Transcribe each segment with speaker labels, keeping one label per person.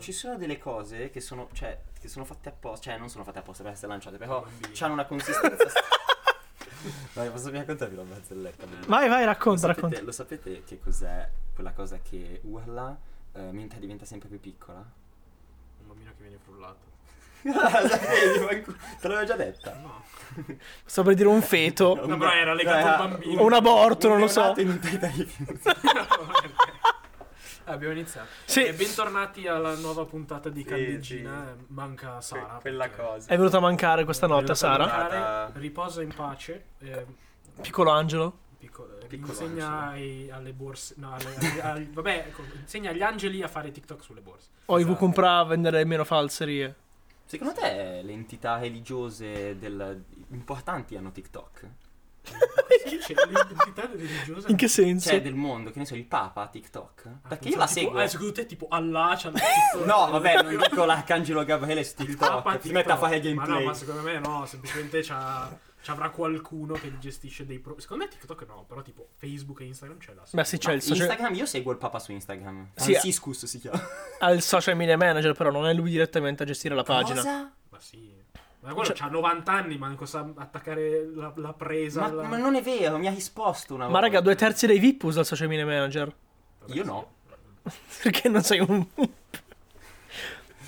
Speaker 1: ci sono delle cose che sono, cioè, che sono fatte apposta, cioè non sono fatte apposta per essere lanciate, però hanno una consistenza... Dai, posso raccontarvi la barzelletta?
Speaker 2: Vai, vai, racconta,
Speaker 1: lo
Speaker 2: racconta.
Speaker 1: sapete, lo sapete che cos'è quella cosa che urla eh, mentre diventa sempre più piccola?
Speaker 3: Un bambino che viene frullato.
Speaker 1: Ah, sapevi, ma incu- Te l'avevo già detta.
Speaker 3: No.
Speaker 2: Sto per dire un feto.
Speaker 3: No, però era legato
Speaker 1: Era
Speaker 3: al bambino.
Speaker 2: O un aborto, non lo so.
Speaker 1: neonato in un teta di fiume.
Speaker 3: Ah, Abbiamo iniziato.
Speaker 2: Sì.
Speaker 3: E bentornati alla nuova puntata di
Speaker 1: Sì,
Speaker 3: Candeggina. Manca Sara.
Speaker 1: Quella
Speaker 3: perché
Speaker 1: cosa.
Speaker 2: È venuta a mancare questa
Speaker 3: è venuta
Speaker 2: notte,
Speaker 3: a
Speaker 2: Sara.
Speaker 3: mancare.
Speaker 1: Sara.
Speaker 3: Riposa in pace. eh,
Speaker 2: Piccolo angelo.
Speaker 3: picco- eh,
Speaker 1: Piccolo
Speaker 3: insegna ai- alle borse. No, alle- alle- al- vabbè, ecco, insegna agli angeli a fare TikTok sulle borse.
Speaker 2: O
Speaker 1: Esatto.
Speaker 2: Ivo comprava a vendere meno falserie.
Speaker 1: Secondo te le entità religiose del- importanti hanno TikTok?
Speaker 3: Sì, c'è Cioè, l'identità religiosa.
Speaker 2: In che senso?
Speaker 1: Cioè, del mondo, che ne so, il Papa ha TikTok?
Speaker 3: Ah,
Speaker 1: Perché io
Speaker 3: non so,
Speaker 1: la
Speaker 3: tipo-
Speaker 1: seguo.
Speaker 3: Ah, secondo te, tipo, Allah c'ha
Speaker 1: No, vabbè, non dico l'arcangelo Gabriele su TikTok. Ti mette a fare
Speaker 3: Ma Ah, no,
Speaker 1: gameplay.
Speaker 3: ma secondo me no, semplicemente c'ha, ci avrà qualcuno che gli gestisce dei pro... Secondo me TikTok no, però tipo Facebook e Instagram c'è la
Speaker 2: Beh, sì, c'è Cioè, il social,
Speaker 1: Instagram, io seguo il Papa su Instagram.
Speaker 2: Sì, eh.
Speaker 1: Franciscus si chiama.
Speaker 2: ha il social media manager, però non è lui direttamente a gestire la pagina.
Speaker 1: Cosa?
Speaker 3: Ma sì. Ma
Speaker 2: Cioè
Speaker 3: quello c'ha 90 anni, manco sa attaccare la, la presa.
Speaker 1: Ma,
Speaker 3: la-
Speaker 1: ma non è vero, mi ha risposto una
Speaker 2: Ma
Speaker 1: volta.
Speaker 2: raga, due terzi dei VIP usa il social media manager.
Speaker 3: Vabbè,
Speaker 1: io
Speaker 3: sì.
Speaker 1: no.
Speaker 2: Perché non sei un...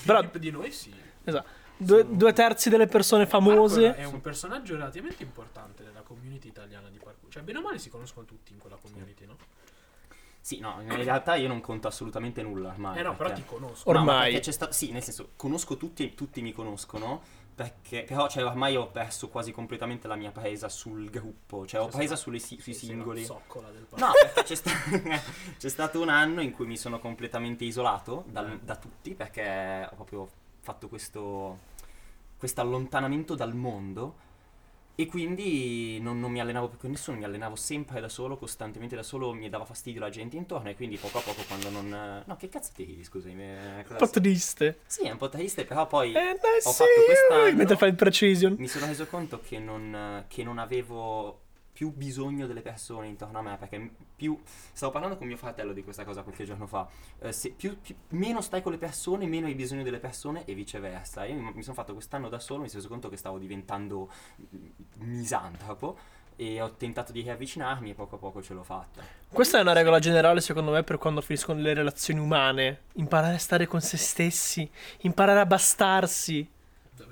Speaker 2: Però-
Speaker 3: Filippo di noi sì.
Speaker 2: Esatto. Due, due terzi delle persone
Speaker 1: Ah,
Speaker 3: Parkour
Speaker 2: famose.
Speaker 3: è un personaggio relativamente importante della community italiana di parkour. Cioè, bene o male si conoscono tutti in quella community, no?
Speaker 1: Sì, no, in realtà io non conto assolutamente nulla ormai.
Speaker 3: Eh no, però ti
Speaker 1: Ah, perché-
Speaker 3: conosco.
Speaker 2: Or-
Speaker 1: No, ma
Speaker 2: Ormai.
Speaker 1: perché c'è sta- Sì, nel senso, conosco tutti e tutti mi conoscono. Perché, però, cioè, ormai ho perso quasi completamente la mia presa sul gruppo. Cioè, ho
Speaker 3: Sì, sì,
Speaker 1: presa
Speaker 3: no.
Speaker 1: sulle si- sui
Speaker 3: Sì, sì, la
Speaker 1: singoli.
Speaker 3: Zoccola del parkour.
Speaker 1: No, perché c'è, sta- c'è stato un anno in cui mi sono completamente isolato dal- da tutti perché ho proprio fatto questo, questo allontanamento dal mondo e quindi non, non mi allenavo più con nessuno, mi allenavo sempre da solo, costantemente da solo, mi dava fastidio la gente intorno e quindi poco a poco quando non... No, che cazzo ti ridi, scusami? eh,
Speaker 2: Un
Speaker 1: cosa-
Speaker 2: po' triste.
Speaker 1: Sì, è un po' triste, però poi...
Speaker 2: Eh,
Speaker 1: Ho
Speaker 2: nice.
Speaker 1: fatto quest'anno.
Speaker 2: Mentre fai il precision.
Speaker 1: Mi sono reso conto che non, che non avevo più bisogno delle persone intorno a me perché m- più stavo parlando con mio fratello di questa cosa qualche giorno fa Eh, se più, più- meno stai con le persone meno hai bisogno delle persone e viceversa io mi, mi sono fatto quest'anno da solo mi sono reso conto che stavo diventando mm, misantropo e ho tentato di riavvicinarmi e poco a poco ce l'ho fatta
Speaker 2: Questa è una regola generale, secondo me, per quando finiscono le relazioni umane. Imparare a stare con se stessi. Imparare a bastarsi.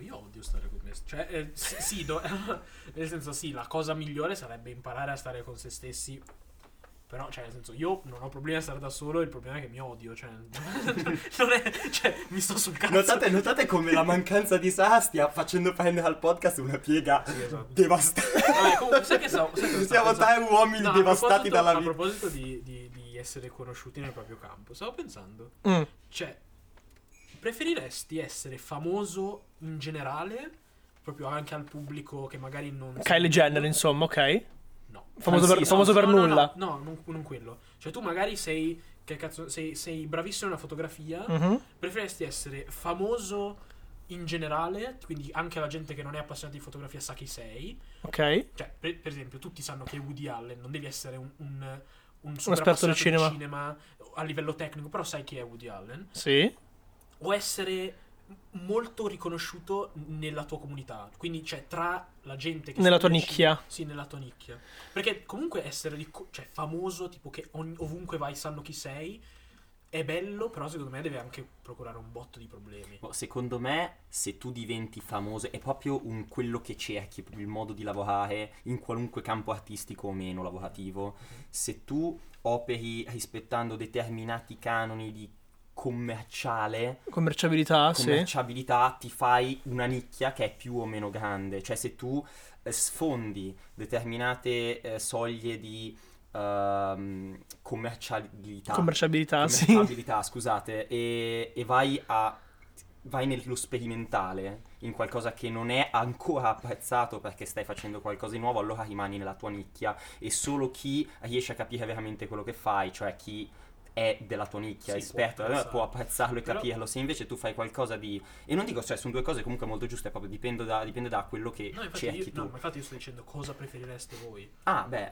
Speaker 3: Io odio stare con me. Cioè, eh, sì, sì, do- nel senso, sì, la cosa migliore sarebbe imparare a stare con se stessi. Però, cioè, nel senso, io non ho problemi a stare da solo, il problema è che mi odio. Cioè, non è, cioè mi sto sul cazzo.
Speaker 1: notate, notate come la mancanza di Sara stia facendo prendere al podcast una piega
Speaker 3: Sì, esatto.
Speaker 1: devastante
Speaker 3: Vabbè, comunque, sai che stavo- sai che stavo
Speaker 1: siamo
Speaker 3: pensando?
Speaker 1: tre uomini
Speaker 3: No, a
Speaker 1: devastati
Speaker 3: proposito-
Speaker 1: dalla
Speaker 3: A
Speaker 1: vita
Speaker 3: proposito di, di- di essere conosciuti nel proprio campo, stavo pensando,
Speaker 2: Mm.
Speaker 3: cioè, preferiresti essere famoso in generale, proprio anche al pubblico che magari non...
Speaker 2: Kylie Jenner, insomma, ok?
Speaker 3: No.
Speaker 2: Famoso per,
Speaker 1: Francisco.
Speaker 2: famoso per
Speaker 3: No, no,
Speaker 2: nulla.
Speaker 3: No, no, non, non quello. Cioè, tu magari sei. Che cazzo, sei, sei bravissimo nella fotografia.
Speaker 2: Mhm.
Speaker 3: Preferiresti essere famoso in generale, quindi anche la gente che non è appassionata di fotografia sa chi sei.
Speaker 2: Ok.
Speaker 3: Cioè, per, per esempio, tutti sanno che Woody Allen non devi essere un. un un
Speaker 2: Un esperto del
Speaker 3: superappassionato
Speaker 2: cinema.
Speaker 3: di cinema a livello tecnico, però sai chi è Woody Allen.
Speaker 2: Sì.
Speaker 3: O essere molto riconosciuto nella tua comunità, quindi cioè tra la gente che
Speaker 2: Nella tua
Speaker 3: segue il
Speaker 2: nicchia.
Speaker 3: cinema- Sì, nella tua nicchia. Perché comunque essere ricco- cioè famoso, tipo che ogni- ovunque vai sanno chi sei, è bello, però secondo me deve anche procurare un botto di problemi.
Speaker 1: Boh, Secondo me, se tu diventi famoso, è proprio un quello che cerchi, proprio il modo di lavorare in qualunque campo artistico o meno lavorativo. Se tu operi rispettando determinati canoni di commerciale,
Speaker 2: Commerciabilità, Ah, sì.
Speaker 1: commerciabilità, ti fai una nicchia che è più o meno grande. Cioè, se tu eh, sfondi determinate eh, soglie di ehm, commercialità,
Speaker 2: Commerciabilità,
Speaker 3: ah,
Speaker 2: Ah, sì.
Speaker 1: commerciabilità, scusate, e, e vai a vai nello sperimentale, in qualcosa che non è ancora apprezzato perché stai facendo qualcosa di nuovo, allora rimani nella tua nicchia e solo chi riesce a capire veramente quello che fai, cioè chi è è della tua nicchia,
Speaker 3: Sì, può
Speaker 1: esperto, allora
Speaker 3: apprezzarlo.
Speaker 1: può apprezzarlo e
Speaker 3: Però-
Speaker 1: capirlo. Se invece tu fai qualcosa di... E non dico, cioè, sono due cose comunque molto giuste, proprio dipende da, dipende da quello che
Speaker 3: No, infatti
Speaker 1: cerchi
Speaker 3: io,
Speaker 1: tu.
Speaker 3: no, ma infatti io sto dicendo cosa preferireste voi.
Speaker 1: Ah, beh,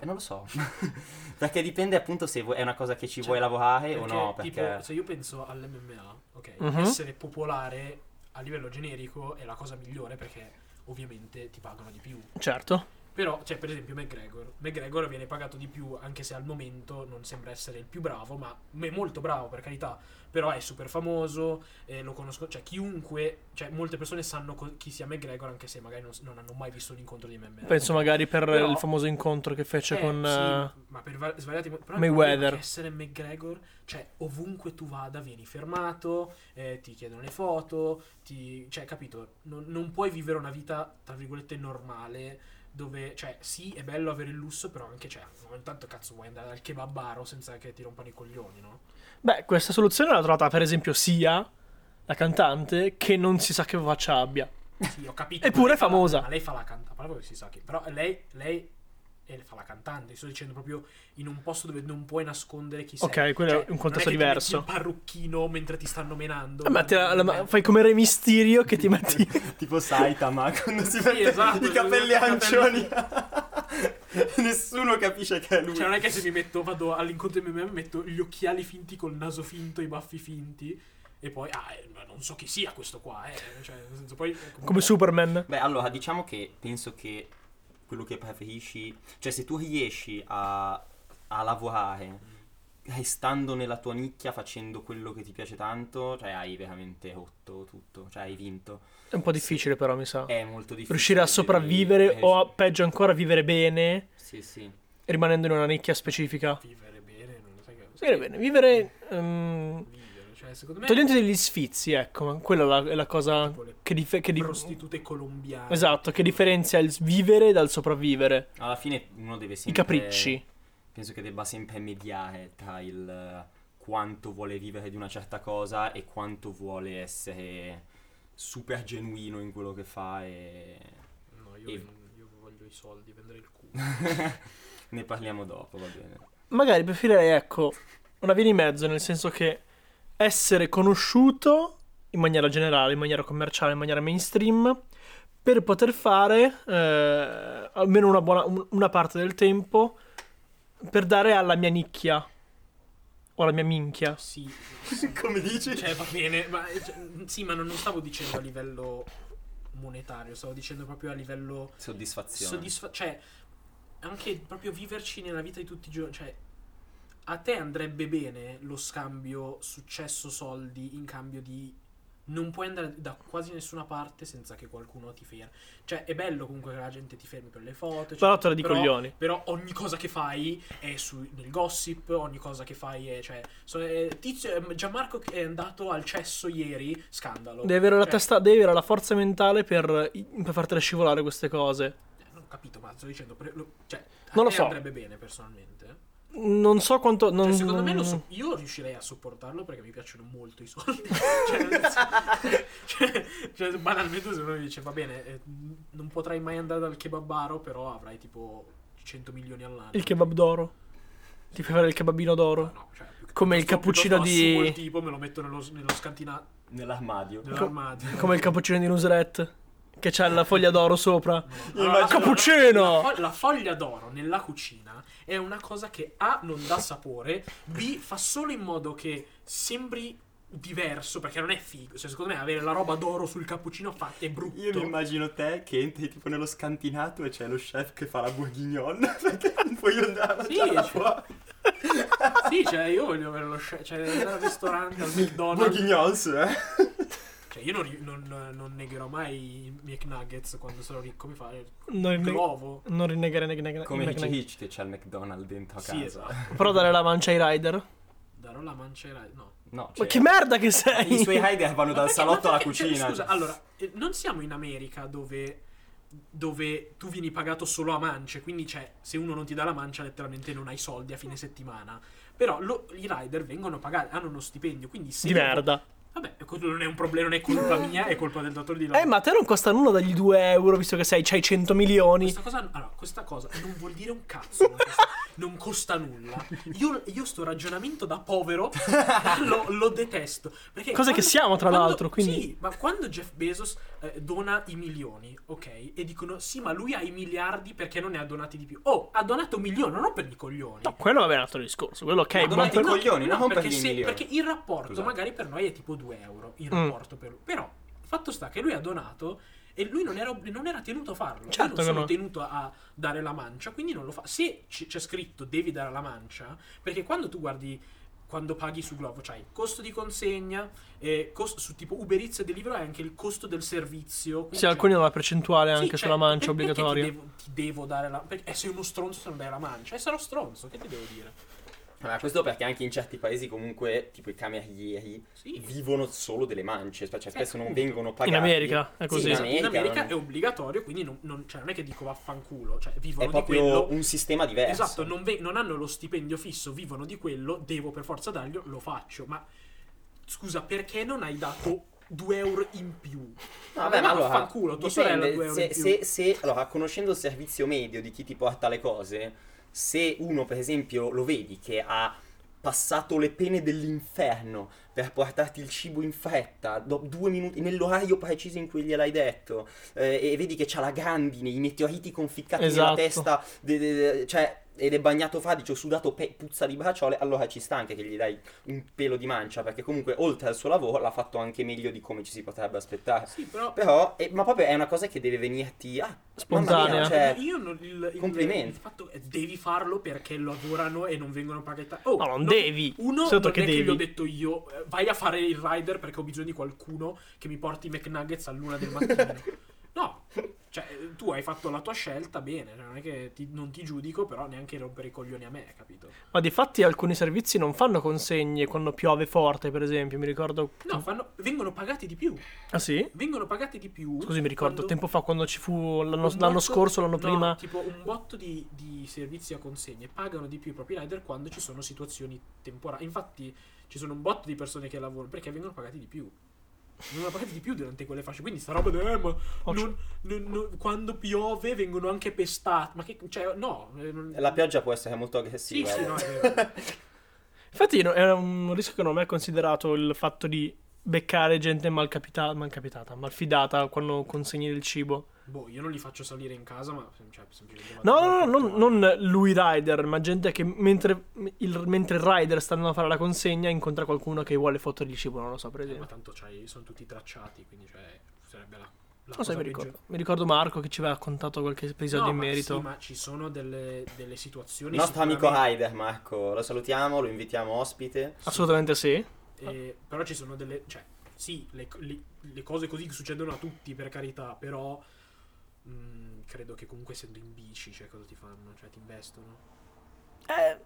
Speaker 1: eh, non lo so. perché dipende appunto se vuoi- è una cosa che ci
Speaker 3: Cioè,
Speaker 1: vuoi lavorare Eh, o
Speaker 3: Perché,
Speaker 1: no,
Speaker 3: tipo,
Speaker 1: perché...
Speaker 3: se io penso all'MMA, ok,
Speaker 2: Mhm.
Speaker 3: essere popolare a livello generico è la cosa migliore perché ovviamente ti pagano di più.
Speaker 2: Certo.
Speaker 3: Però, cioè, per esempio, McGregor. McGregor viene pagato di più, anche se al momento non sembra essere il più bravo, ma ma è molto bravo, per carità. Però è super famoso, eh, lo conosco, cioè, chiunque, cioè, molte persone sanno co- chi sia McGregor, anche se magari non, s- non hanno mai visto un incontro di MMA.
Speaker 2: Penso magari per
Speaker 3: Però-
Speaker 2: il famoso incontro che fece
Speaker 3: Eh,
Speaker 2: con...
Speaker 3: sì,
Speaker 2: eh,
Speaker 3: ma per va- svariati mo- però il
Speaker 2: Mayweather.
Speaker 3: problema è che essere McGregor cioè ovunque tu vada vieni fermato eh, ti chiedono le foto ti, cioè capito non, non puoi vivere una vita tra virgolette normale dove cioè sì è bello avere il lusso però anche cioè ogni tanto cazzo vuoi andare al kebabaro senza che ti rompano i coglioni no?
Speaker 2: eh, Beh, questa soluzione l'ha trovata per esempio Sia, la cantante, che non si sa che faccia abbia.
Speaker 3: sì ho capito
Speaker 2: Eppure
Speaker 3: ma
Speaker 2: è famosa.
Speaker 3: lei fa, ma lei fa la cantante a parte che si sa che però lei lei eh, fa la cantante sto dicendo proprio in un posto dove non puoi nascondere chi sei Cioè,
Speaker 2: Ok, quello è un contesto
Speaker 3: non è che
Speaker 2: diverso.
Speaker 3: Ti metti il parrucchino mentre ti stanno menando.
Speaker 2: Eh, ma te la- la- ma fai come Re Mysterio che ti metti...
Speaker 1: Tipo Saitama quando si
Speaker 3: Sì,
Speaker 1: mette
Speaker 3: esatto,
Speaker 1: i capelli
Speaker 3: esatto,
Speaker 1: arancioni. Nessuno capisce che è lui.
Speaker 3: Cioè, non è che se mi metto, vado all'incontro di MMA, mi metto gli occhiali finti col naso finto, i baffi finti. E poi, ah, eh, ma non so chi sia questo qua, eh. Cioè, nel senso, poi. comunque-
Speaker 2: come Superman.
Speaker 1: Beh, allora diciamo che penso che quello che preferisci, cioè se tu riesci a, a lavorare eh, stando nella tua nicchia facendo quello che ti piace tanto, cioè hai veramente rotto tutto, cioè hai vinto.
Speaker 2: È un po' difficile però, mi sa.
Speaker 1: È molto difficile.
Speaker 2: Riuscire a
Speaker 1: devi-
Speaker 2: sopravvivere
Speaker 1: eh,
Speaker 2: o a, peggio ancora vivere bene
Speaker 1: Sì, sì.
Speaker 2: rimanendo in una nicchia specifica.
Speaker 3: Vivere bene, non lo sai che.
Speaker 2: Vivere bene, vivere... ehm,
Speaker 3: Vivere, cioè, secondo me.
Speaker 2: togliendo degli sfizi, ecco, ma quella è la, è la cosa
Speaker 3: tipo le
Speaker 2: che, dif- che di-
Speaker 3: prostitute colombiane.
Speaker 2: Esatto, che differenzia il vivere dal sopravvivere.
Speaker 1: Alla fine uno deve
Speaker 2: I
Speaker 1: sempre
Speaker 2: capricci.
Speaker 1: penso che debba sempre mediare tra il eh, quanto vuole vivere di una certa cosa e quanto vuole essere super genuino in quello che fa e
Speaker 3: No, io,
Speaker 1: E-
Speaker 3: io voglio i soldi, vendere il culo.
Speaker 1: ne parliamo dopo, va bene.
Speaker 2: Magari preferirei, ecco, una via di mezzo, nel senso che essere conosciuto in maniera generale, in maniera commerciale, in maniera mainstream, per poter fare eh, almeno una, buona, un- una parte del tempo per dare alla mia nicchia o alla mia minchia.
Speaker 3: Sì, sì.
Speaker 1: Come dici?
Speaker 3: Cioè, va bene, ma cioè, sì, ma non, non stavo dicendo a livello monetario, stavo dicendo proprio a livello
Speaker 1: Soddisfazione.
Speaker 3: soddisfa- cioè anche proprio viverci nella vita di tutti i giorni, cioè a te andrebbe bene lo scambio successo soldi in cambio di non puoi andare da quasi nessuna parte senza che qualcuno ti fermi. Cioè, è bello comunque che la gente ti fermi per le foto.
Speaker 2: Però
Speaker 3: eccetera,
Speaker 2: te la di coglioni.
Speaker 3: però ogni cosa che fai è su, nel gossip, ogni cosa che fai è, cioè, so- eh, tizio, eh, Gianmarco che è andato al cesso ieri, scandalo.
Speaker 2: Devi avere la
Speaker 3: Cioè,
Speaker 2: testa, devi avere la forza mentale per, per fartela scivolare queste cose.
Speaker 3: eh, Non ho capito, ma sto dicendo, pre- lo- cioè, a
Speaker 2: Non lo
Speaker 3: te
Speaker 2: so.
Speaker 3: andrebbe bene personalmente.
Speaker 2: Non so quanto. Non,
Speaker 3: Cioè, secondo me lo
Speaker 2: non-
Speaker 3: so- io riuscirei a sopportarlo perché mi piacciono molto i soldi. cioè, nel senso- cioè, cioè, banalmente se uno mi dice, va bene, eh, non potrai mai andare dal kebabaro, però avrai tipo 100 milioni all'anno.
Speaker 2: Il kebab d'oro. Ti fai fare il kebabino d'oro.
Speaker 3: No, cioè, più-
Speaker 2: Come il
Speaker 3: piuttosto-
Speaker 2: cappuccino
Speaker 3: piuttosto assumo
Speaker 2: di-
Speaker 3: il tipo me lo metto nello, nello scantinato
Speaker 1: Nell'armadio.
Speaker 3: dell'armadio.
Speaker 2: Come il cappuccino di Nusret. Che c'ha la foglia d'oro sopra.
Speaker 1: Allora,
Speaker 3: la-
Speaker 2: cappuccino!
Speaker 3: La, fo- la foglia d'oro nella cucina è una cosa che A non dà sapore, B fa solo in modo che sembri diverso perché non è figo. Cioè, secondo me avere la roba d'oro sul cappuccino fa è brutto.
Speaker 1: Io mi immagino te che entri tipo nello scantinato e c'è lo chef che fa la bourguignon perché non puoi andare
Speaker 3: Sì,
Speaker 1: dalla
Speaker 3: cioè,
Speaker 1: tua-
Speaker 3: Sì, cioè, io voglio avere lo chef, cioè andare al ristorante, al McDonald's.
Speaker 1: Bourguignons, eh.
Speaker 3: Cioè, io non, ri- non- non negherò mai i McNuggets quando sarò ricco, mi fa
Speaker 2: Non, rinne-
Speaker 3: l'uovo.
Speaker 2: non rinnegare neg- neg-
Speaker 1: Come
Speaker 2: neg-
Speaker 1: dice
Speaker 2: neg-
Speaker 1: Hitch che c'è il McDonald's dentro a casa.
Speaker 3: Sì, esatto.
Speaker 2: Però dare la mancia ai rider.
Speaker 3: Darò la mancera. No.
Speaker 1: No,
Speaker 2: Ma
Speaker 1: cioè,
Speaker 2: che merda che
Speaker 1: i suoi
Speaker 2: sei!
Speaker 1: rider vanno dal
Speaker 3: Ma perché-
Speaker 1: salotto
Speaker 3: ma
Speaker 1: alla
Speaker 3: perché- cioè,
Speaker 1: cucina.
Speaker 3: scusa, allora, eh, non siamo in America dove, dove tu vieni pagato solo a mance, quindi cioè, se uno non ti dà la mancia letteralmente non hai soldi a fine settimana. Però lo- i rider vengono pagati, hanno uno stipendio, quindi se...
Speaker 2: Di merda.
Speaker 3: Vabbè, quello non è un problema, non è colpa mia, è colpa del datore di lavoro.
Speaker 2: Eh, ma a te non costa nulla dagli 2 euro visto che sei, c'hai 100 milioni.
Speaker 3: Questa cosa, allora, questa cosa non vuol dire un cazzo. non costa- non costa nulla. Io, io sto ragionamento da povero lo, lo detesto. Perché
Speaker 2: Cosa che siamo, tra
Speaker 3: quando-
Speaker 2: l'altro, quindi-
Speaker 3: Sì, ma quando Jeff Bezos eh, dona i milioni, ok? E dicono, sì, ma lui ha i miliardi perché non ne ha donati di più. Oh, ha donato un milione, non per i coglioni.
Speaker 2: No, quello va bene, altro discorso. Quello ok,
Speaker 1: Ma
Speaker 2: buon
Speaker 1: domani-
Speaker 2: per...
Speaker 1: i coglioni, no, non per
Speaker 3: perché,
Speaker 1: gli milioni.
Speaker 3: perché il rapporto
Speaker 1: Scusate.
Speaker 3: magari per noi è tipo 2 euro. Il
Speaker 2: Mm.
Speaker 3: rapporto per lui. Però, fatto sta che lui ha donato e lui non era, non era tenuto a farlo.
Speaker 2: Certo che
Speaker 3: Io non sono
Speaker 2: no.
Speaker 3: tenuto a dare la mancia, quindi non lo fa. Se c- c'è scritto devi dare la mancia, perché quando tu guardi. Quando paghi su Glovo c'hai costo di consegna, eh, cost- su tipo Uber Eats e Deliveroo hai anche il costo del servizio. quindi
Speaker 2: Sì,
Speaker 3: c'è-
Speaker 2: alcuni hanno una percentuale
Speaker 3: Sì,
Speaker 2: anche
Speaker 3: cioè,
Speaker 2: sulla mancia
Speaker 3: per- perché
Speaker 2: obbligatoria.
Speaker 3: Ti devo, ti devo dare la perché eh, sei uno stronzo se non dai la mancia. E sarò stronzo, che ti devo dire?
Speaker 1: Ma questo perché anche in certi paesi comunque, tipo i camerieri,
Speaker 3: Sì. Eh.
Speaker 1: vivono solo delle mance, cioè spesso non
Speaker 3: appunto.
Speaker 1: vengono pagati.
Speaker 2: In America è
Speaker 1: Sì,
Speaker 2: così.
Speaker 3: Sì, esatto. in
Speaker 1: America
Speaker 3: America
Speaker 1: non-
Speaker 3: è obbligatorio, quindi non, non- cioè, non è che dico vaffanculo, cioè
Speaker 1: È
Speaker 3: vivono di
Speaker 1: proprio
Speaker 3: quello.
Speaker 1: un sistema diverso.
Speaker 3: Esatto, non, ve- non hanno lo stipendio fisso, vivono di quello, devo per forza darglielo, lo faccio. Ma scusa, perché non hai dato 2 euro in più?
Speaker 1: No, Vabbè, ma allora,
Speaker 3: vaffanculo, tua sorella
Speaker 1: dipende,
Speaker 3: 2 euro
Speaker 1: se,
Speaker 3: in più.
Speaker 1: se, se- allora, conoscendo il servizio medio di chi ti porta le cose, se uno, per esempio, lo vedi che ha passato le pene dell'inferno per portarti il cibo in fretta, do- due minuti, nell'orario preciso in cui gliel'hai detto, eh, e vedi che c'ha la grandine, i meteoriti conficcati nella
Speaker 2: Esatto.
Speaker 1: testa, de- de- de- cioè, ed è bagnato fradicio, sudato, pe- puzza di braciole, allora ci sta anche che gli dai un pelo di mancia, perché comunque, oltre al suo lavoro, l'ha fatto anche meglio di come ci si potrebbe aspettare.
Speaker 3: Sì, però
Speaker 1: Però, eh, ma proprio è una cosa che deve venirti ah,
Speaker 2: Spontanea.
Speaker 1: mamma mia, cioè,
Speaker 3: io non il, il-
Speaker 1: complimenti.
Speaker 3: il fatto è devi farlo perché lavorano e non vengono pagati. Oh,
Speaker 2: No, non devi.
Speaker 3: Uno
Speaker 2: Sotto
Speaker 3: non
Speaker 2: che
Speaker 3: è che
Speaker 2: devi.
Speaker 3: gli ho detto io eh, vai a fare il rider perché ho bisogno di qualcuno che mi porti i McNuggets all'una del mattino. no. Cioè, eh, tu hai fatto la tua scelta bene, cioè, non è che ti- non ti giudico, però neanche rompere i coglioni a me, capito?
Speaker 2: Ma di fatti alcuni servizi non fanno consegne quando piove forte, per esempio. Mi ricordo.
Speaker 3: No, fanno- vengono pagati di più.
Speaker 2: Ah sì?
Speaker 3: Vengono pagati di più.
Speaker 2: Scusi, mi ricordo
Speaker 3: quando-
Speaker 2: tempo fa quando ci fu l'anno,
Speaker 3: Un
Speaker 2: l'anno
Speaker 3: botto-
Speaker 2: scorso, l'anno
Speaker 3: no,
Speaker 2: prima.
Speaker 3: Tipo un botto di, di servizi a consegne pagano di più i propri rider quando ci sono situazioni temporanee. Infatti, ci sono un botto di persone che lavorano perché vengono pagati di più. Vengono pagati di più durante quelle fasce. Quindi sta roba di, "Eh, ma
Speaker 2: Oh,
Speaker 3: non- non- non- quando piove vengono anche pestati. Ma che. Cioè, no. eh, non-
Speaker 1: la pioggia può essere molto
Speaker 3: Sì,
Speaker 1: aggressiva.
Speaker 3: sì,
Speaker 1: eh.
Speaker 3: no, è vero.
Speaker 2: Infatti, no- è un rischio che non è considerato il fatto di beccare gente malcapita- malcapitata, malfidata quando consegni del cibo.
Speaker 3: Boh, io non li faccio salire in casa, ma. Cioè, semplicemente
Speaker 2: No,
Speaker 3: vado dal
Speaker 2: no, no, non,
Speaker 3: portone.
Speaker 2: non lui rider, ma gente che mentre il, mentre il rider sta andando a fare la consegna incontra qualcuno che vuole fottere il cibo, non lo so, per
Speaker 3: Eh, Ma
Speaker 2: esempio.
Speaker 3: tanto c'hai- sono tutti tracciati, quindi, cioè, sarebbe la. la
Speaker 2: Non so,
Speaker 3: cosa
Speaker 2: mi
Speaker 3: peggiore.
Speaker 2: ricordo. Mi ricordo Marco che ci aveva raccontato qualche episodio
Speaker 3: No,
Speaker 2: in
Speaker 3: ma
Speaker 2: merito.
Speaker 3: sì, ma ci sono delle, delle situazioni.
Speaker 1: Il nostro amico
Speaker 3: sicuramente-
Speaker 1: Ryder, Marco, lo salutiamo, lo invitiamo ospite.
Speaker 2: Assolutamente sì.
Speaker 3: eh, però ci sono delle. Cioè, sì, le, le- le cose così succedono a tutti, per carità, però. mh, credo che comunque essendo in bici, cioè, cosa ti fanno? Cioè, ti investono.
Speaker 2: Eh,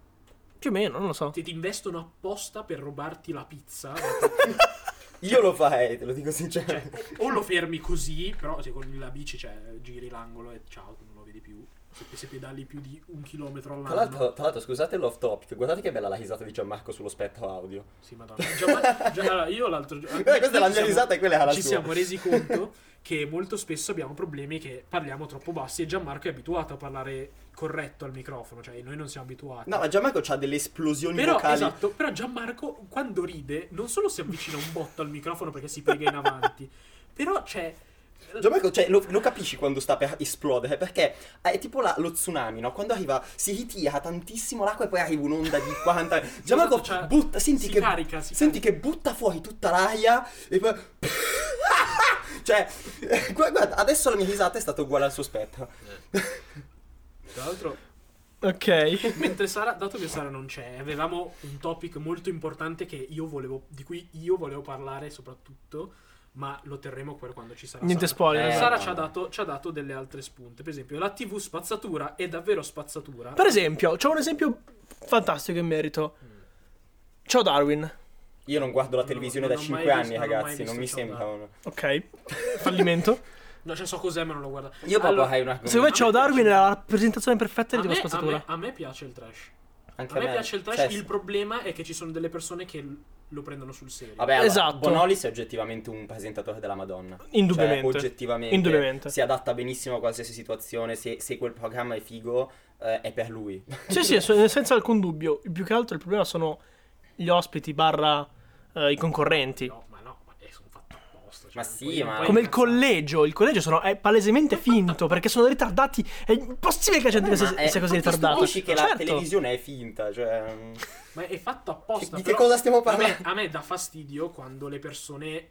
Speaker 2: più o meno, non lo so.
Speaker 3: Ti, ti investono apposta per robarti la pizza.
Speaker 1: Io lo farei, te lo dico
Speaker 3: cioè,
Speaker 1: sinceramente.
Speaker 3: o, o lo fermi così, però se con la bici, cioè, giri l'angolo e ciao, non lo vedi più. Se, se pedali più di un chilometro all'anno.
Speaker 1: Tra l'altro, tra l'altro, scusate l'off topic, guardate che bella la risata di Gianmarco sullo spettro audio.
Speaker 3: Sì, madonna. Già- già- allora, io l'altro giorno.
Speaker 1: Questa è la
Speaker 3: ci
Speaker 1: mia
Speaker 3: siamo-
Speaker 1: risata e quella è la
Speaker 3: Ci
Speaker 1: sua.
Speaker 3: siamo resi conto che molto spesso abbiamo problemi che parliamo troppo bassi e Gianmarco è abituato a parlare corretto al microfono, cioè noi non siamo abituati.
Speaker 1: No, ma Gianmarco ha delle esplosioni
Speaker 3: però,
Speaker 1: vocali.
Speaker 3: esatto, però Gianmarco quando ride non solo si avvicina un botto al microfono perché si piega in avanti, però c'è.
Speaker 1: Gianmarco, cioè, lo, lo capisci quando sta per esplodere, perché è tipo la- lo tsunami, no? Quando arriva, si ritira tantissimo l'acqua e poi arriva un'onda di 40... Gianmarco
Speaker 3: Esatto, cioè,
Speaker 1: butta, senti
Speaker 3: si
Speaker 1: che...
Speaker 3: carica, si
Speaker 1: senti che butta fuori tutta l'aria e poi... cioè, eh, gu- guarda, adesso la mia risata è stata uguale al suo spettro.
Speaker 3: Tra l'altro,
Speaker 2: Ok.
Speaker 3: mentre Sara, dato che Sara non c'è, avevamo un topic molto importante che io volevo, di cui io volevo parlare soprattutto, ma lo terremo per quando ci sarà.
Speaker 2: Niente
Speaker 3: Sara.
Speaker 2: spoiler.
Speaker 1: Eh,
Speaker 2: esatto.
Speaker 3: Sara
Speaker 1: no,
Speaker 3: ci ha,
Speaker 1: no.
Speaker 3: dato, ci ha dato delle altre spunte. Per esempio, la TV spazzatura è davvero spazzatura.
Speaker 2: Per esempio, c'ho un esempio fantastico in merito.
Speaker 3: Mm.
Speaker 2: Ciao Darwin.
Speaker 1: Io non guardo la
Speaker 3: Non-
Speaker 1: televisione
Speaker 3: non
Speaker 1: da
Speaker 3: ho
Speaker 1: 5
Speaker 3: mai
Speaker 1: anni,
Speaker 3: visto- non ho mai
Speaker 1: ragazzi, non
Speaker 3: visto
Speaker 1: mi
Speaker 3: ciò
Speaker 1: sembra...
Speaker 3: da-
Speaker 1: un-
Speaker 2: Ok. Fallimento.
Speaker 3: No, cioè so cos'è, ma non lo guarda.
Speaker 1: Io proprio
Speaker 3: Allora,
Speaker 1: hai un argomento.
Speaker 2: Secondo me
Speaker 3: me
Speaker 2: Ciao
Speaker 3: piace.
Speaker 2: Darwin è la rappresentazione perfetta
Speaker 3: A
Speaker 2: di una
Speaker 3: me, a,
Speaker 2: spazzatura.
Speaker 3: me, a me piace il trash.
Speaker 1: Anche
Speaker 3: A me
Speaker 1: me.
Speaker 3: piace il trash,
Speaker 1: Cioè,
Speaker 3: il problema è che ci sono delle persone che l- lo prendono sul serio.
Speaker 1: Vabbè, allora,
Speaker 2: Esatto.
Speaker 1: Bonolis è oggettivamente un presentatore della Madonna.
Speaker 2: Indubbiamente.
Speaker 1: Cioè, oggettivamente.
Speaker 2: Indubbiamente.
Speaker 1: Si adatta benissimo a qualsiasi situazione. Se, se quel programma è figo, eh, è per lui.
Speaker 2: Sì, sì, so- senza alcun dubbio. Più che altro il problema sono gli ospiti barra eh, i concorrenti.
Speaker 3: No, ma no, ma è sono fatto apposta. cioè,
Speaker 1: Ma
Speaker 3: non
Speaker 1: sì,
Speaker 3: puoi- non
Speaker 1: ma-
Speaker 3: puoi
Speaker 2: Come il
Speaker 3: incazzare.
Speaker 2: collegio, il collegio sono, è palesemente finto perché sono ritardati. È impossibile che la gente
Speaker 1: Eh, Ma
Speaker 2: sia,
Speaker 1: è-
Speaker 2: sia così
Speaker 1: ma ti
Speaker 2: ritardata.
Speaker 1: stupisci che la
Speaker 2: Certo.
Speaker 1: televisione è finta. Cioè, mm,
Speaker 3: Ma è fatto apposta.
Speaker 1: Cioè, di che
Speaker 3: però
Speaker 1: cosa stiamo
Speaker 3: a me,
Speaker 1: parlando?
Speaker 3: a me dà fastidio quando le persone